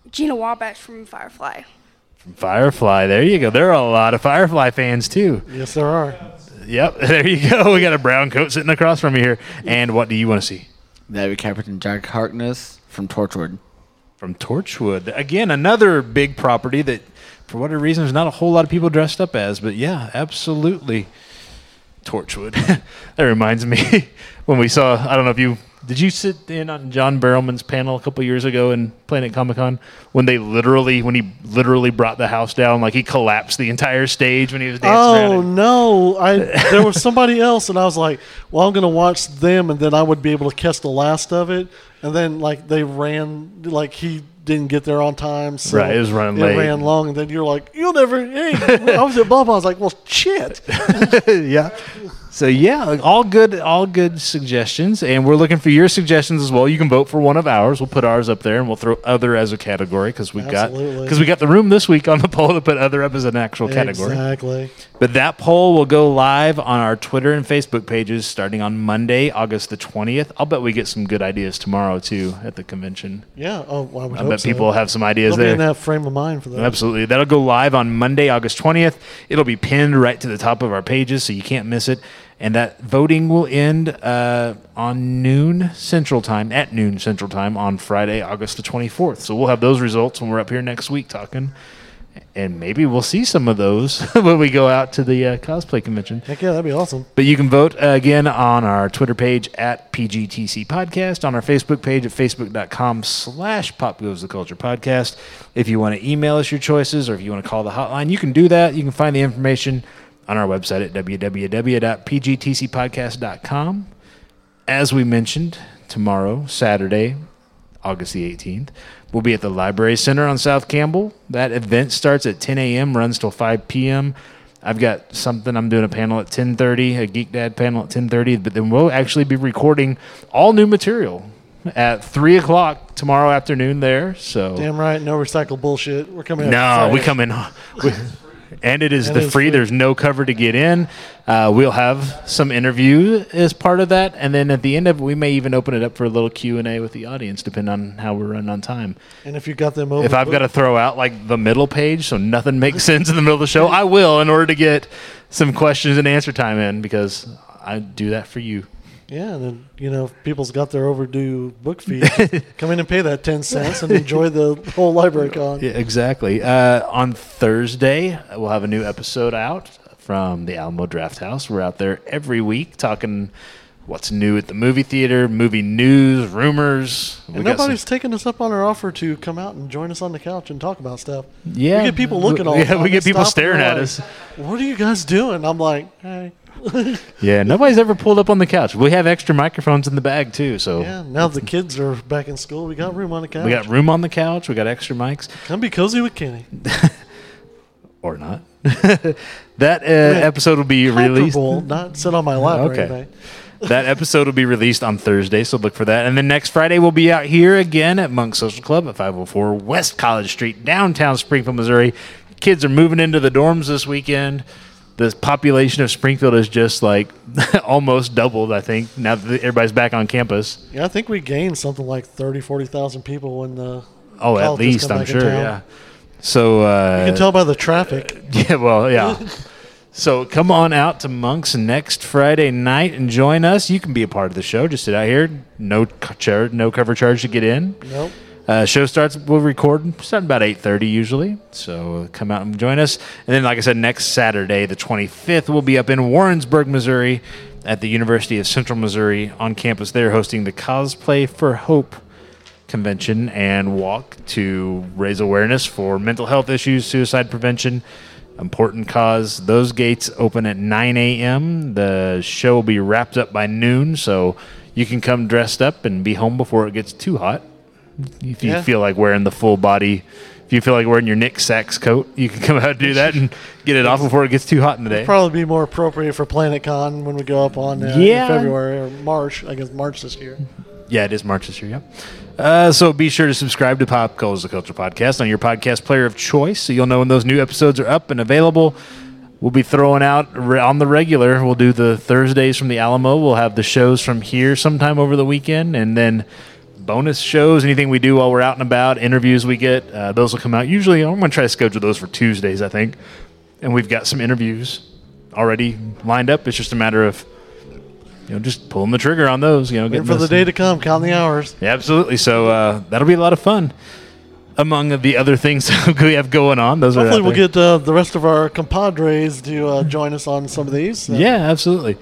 E: Gina Wabash from Firefly.
A: Firefly. There you go. There are a lot of Firefly fans too.
B: Yes, there are.
A: Yep. There you go. We got a brown coat sitting across from you here. And what do you want to see?
C: That'd be Captain Jack Harkness from Torchwood.
A: from Torchwood. Again, another big property that, for whatever reason, there's not a whole lot of people dressed up as. But yeah, absolutely, Torchwood. that reminds me when we saw. I don't know if you did you sit in on John Barrowman's panel a couple years ago in Planet Comic Con when they literally when he literally brought the house down, like he collapsed the entire stage when he was dancing. around
B: Oh
A: it.
B: no! I there was somebody else, and I was like, "Well, I'm gonna watch them, and then I would be able to catch the last of it." And then like they ran, like he didn't get there on time, so
A: Right, it was running
B: it
A: late.
B: ran long, and then you're like, "You'll never." Hey, I was at Bubba. I was like, "Well, shit."
A: yeah. So yeah, all good, all good suggestions, and we're looking for your suggestions as well. You can vote for one of ours. We'll put ours up there, and we'll throw other as a category because we got
B: Absolutely.
A: because we got the room this week on the poll to put other up as an actual category.
B: Exactly.
A: But that poll will go live on our Twitter and Facebook pages starting on Monday, August the twentieth. I'll bet we get some good ideas tomorrow too at the convention.
B: Yeah. Oh, well, I would
A: I
B: hope
A: bet
B: so.
A: people have some ideas
B: They'll be
A: there.
B: in that frame of mind for that.
A: Absolutely. That'll go live on Monday, August 20th. It'll be pinned right to the top of our pages, so you can't miss it. And that voting will end uh, on noon Central Time, at noon Central Time on Friday, August the 24th. So we'll have those results when we're up here next week talking. And maybe we'll see some of those when we go out to the uh, cosplay convention.
B: Heck yeah, that'd be awesome.
A: But you can vote uh, again on our Twitter page at PGTC Podcast, on our Facebook page at facebook.com slash pop goes the culture podcast. If you want to email us your choices or if you want to call the hotline, you can do that. You can find the information on our website at www.pgtcpodcast.com. As we mentioned, tomorrow, Saturday, August the 18th. We'll be at the Library Center on South Campbell. That event starts at 10 a.m., runs till 5 p.m. I've got something. I'm doing a panel at 10:30, a Geek Dad panel at 10:30, but then we'll actually be recording all new material at three o'clock tomorrow afternoon. There, so
B: Damn right. No recycled bullshit. We're coming.
A: no,
B: out
A: we
B: fresh.
A: come in. we- and it is
B: And
A: the
B: it's
A: free.
B: free.
A: There's no cover to get in. Uh, we'll have some interview as part of that, and then at the end of it, we may even open it up for a little Q and A with the audience, depending on how we're running on time.
B: And if you got them over,
A: If I've got to throw out like the middle page, so nothing makes sense in the middle of the show, I will in order to get some questions and answer time in because I do that for you.
B: Yeah, and then you know, if people's got their overdue book fee. come in and pay that ten cents and enjoy the whole library con.
A: Yeah, exactly. Uh, on Thursday, we'll have a new episode out from the Alamo Draft House. We're out there every week talking what's new at the movie theater, movie news, rumors. We
B: And
A: got some-
B: nobody's taking us up on our offer to come out and join us on the couch and talk about stuff.
A: Yeah.
B: we get people looking all.
A: Yeah,
B: the time
A: we get
B: and
A: people
B: stopping and
A: staring at
B: like,
A: us.
B: What are you guys doing? I'm like, hey,
A: yeah, nobody's ever pulled up on the couch. We have extra microphones in the bag too, so
B: yeah. Now the kids are back in school. We got room on the couch.
A: we got room on the couch. We got extra mics.
B: Come be cozy with Kenny.
A: or not. that uh, episode will be released.
B: Hyperbole, not sit on my lap or
A: Okay.
B: anything.
A: that episode will be released on Thursday, so look for that. And then next Friday, we'll be out here again at Monk Social Club at 504 West College Street, downtown Springfield, Missouri. Kids are moving into the dorms this weekend. The population of Springfield is just like almost doubled, I think, now that everybody's back on campus.
B: Yeah, I think we gained something like 30, 40,000 people when the
A: Oh, at
B: colleges come
A: least, I'm
B: back in
A: sure.
B: town.
A: Yeah. So, uh,
B: You can tell by the traffic.
A: Yeah, well, yeah. So come on out to Monks next Friday night and join us. You can be a part of the show. Just sit out here. No c- char- no cover charge to get in.
B: Nope.
A: Uh, show starts. We'll record starting about eight thirty usually. So uh, come out and join us. And then, like I said, next Saturday, the twenty fifth, we'll be up in Warrensburg, Missouri, at the University of Central Missouri on campus. They're hosting the Cosplay for Hope convention and walk to raise awareness for mental health issues, suicide prevention, important cause. Those gates open at 9 a.m. The show will be wrapped up by noon, so you can come dressed up and be home before it gets too hot. If you
B: Yeah.
A: feel like wearing the full body, if you feel like wearing your Nick Sachs coat, you can come out and do that and get it off before it gets too hot in the day.
B: Probably be more appropriate for Planet Con when we go up on uh, in
A: Yeah.
B: February or March. I guess March this year.
A: Yeah, it is March this year. Yep. Uh, so be sure to subscribe to Pop Culture Culture Podcast on your podcast player of choice, so you'll know when those new episodes are up and available. We'll be throwing out re- on the regular. We'll do the Thursdays from the Alamo. We'll have the shows from here sometime over the weekend, and then bonus shows. Anything we do while we're out and about, interviews we get, uh, those will come out. Usually, I'm going to try to schedule those for Tuesdays, I think. And we've got some interviews already lined up. It's just a matter of you know just pulling the trigger on those. You know,
B: And
A: getting
B: for the
A: those-
B: day to come, count the hours.
A: yeah, absolutely. So uh, that'll be a lot of fun. Among the other things we have going on, those are out
B: Hopefully, we'll
A: there.
B: get uh, the rest of our compadres to uh, join us on some of these. So
A: Yeah, absolutely.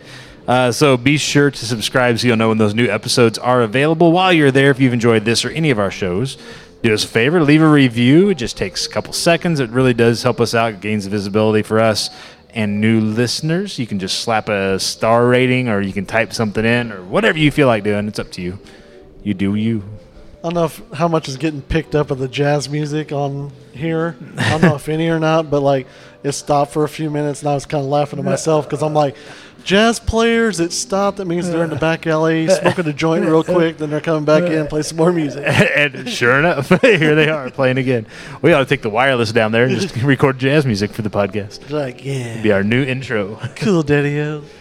A: Uh, so be sure to subscribe so you'll know when those new episodes are available. While you're there, if you've enjoyed this or any of our shows, do us a favor, leave a review. It just takes a couple seconds. It really does help us out. It gains visibility for us and new listeners. You can just slap a star rating or you can type something in or whatever you feel like doing. It's up to you. You do you.
B: I don't know if, how much is getting picked up of the jazz music on here. I don't know if any or not, but like it stopped for a few minutes, and I was kind of laughing to myself because I'm like, jazz players, it stopped. That means they're in the back alley smoking a joint real quick, then they're coming back in and play some more music.
A: and sure enough, here they are playing again. We ought to take the wireless down there and just record jazz music for the podcast.
B: It's like, yeah,
A: Be our new intro.
B: cool, daddy.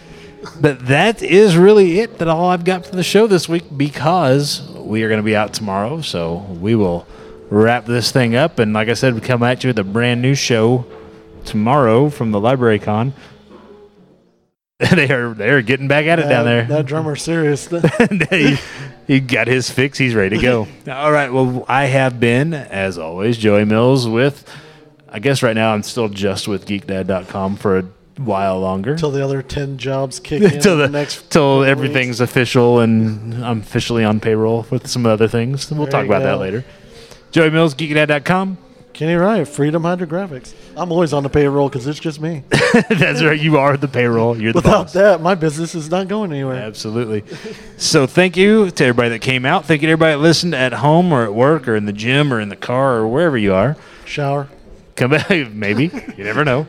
A: But that is really it. That all I've got for the show this week because we are going to be out tomorrow. So we will wrap this thing up. And like I said, we come at you with a brand new show tomorrow from the Library Con. they are they are getting back at it down there.
B: That drummer's serious.
A: he, he got his fix. He's ready to go. All right. Well, I have been, as always, Joey Mills with, I guess right now I'm still just with geekdad.com for a while longer.
B: Till the other ten jobs kick in
A: Till the
B: next.
A: till
B: couple
A: everything's official and I'm officially on payroll with some other things. We'll
B: There
A: talk
B: you
A: about that
B: go.
A: later. Joey Mills, geekdad.com.
B: weeks. Kenny Wright, Freedom Hydrographics. I'm always on the payroll because it's just me.
A: That's right. You are the payroll. You're the boss.
B: Without that, my business is not going anywhere.
A: Absolutely. So thank you to everybody that came out. Thank you to everybody that listened at home or at work or in the gym or in the car or wherever you are.
B: Shower.
A: Come out, maybe. You never know.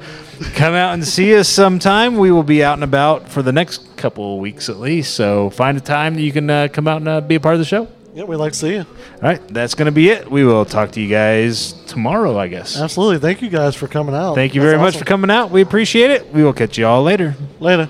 A: Come out and see us sometime. We will be out and about for the next couple of weeks at least. So find a time that you can uh, come out and uh, be a part of the show. All
B: Yeah, we like to see you.
A: right, that's going to be it. We will talk to you guys tomorrow, I guess.
B: Absolutely. Thank you guys for coming out.
A: Thank you very much for coming out. We appreciate it. We will catch you all later.
B: coming. Later.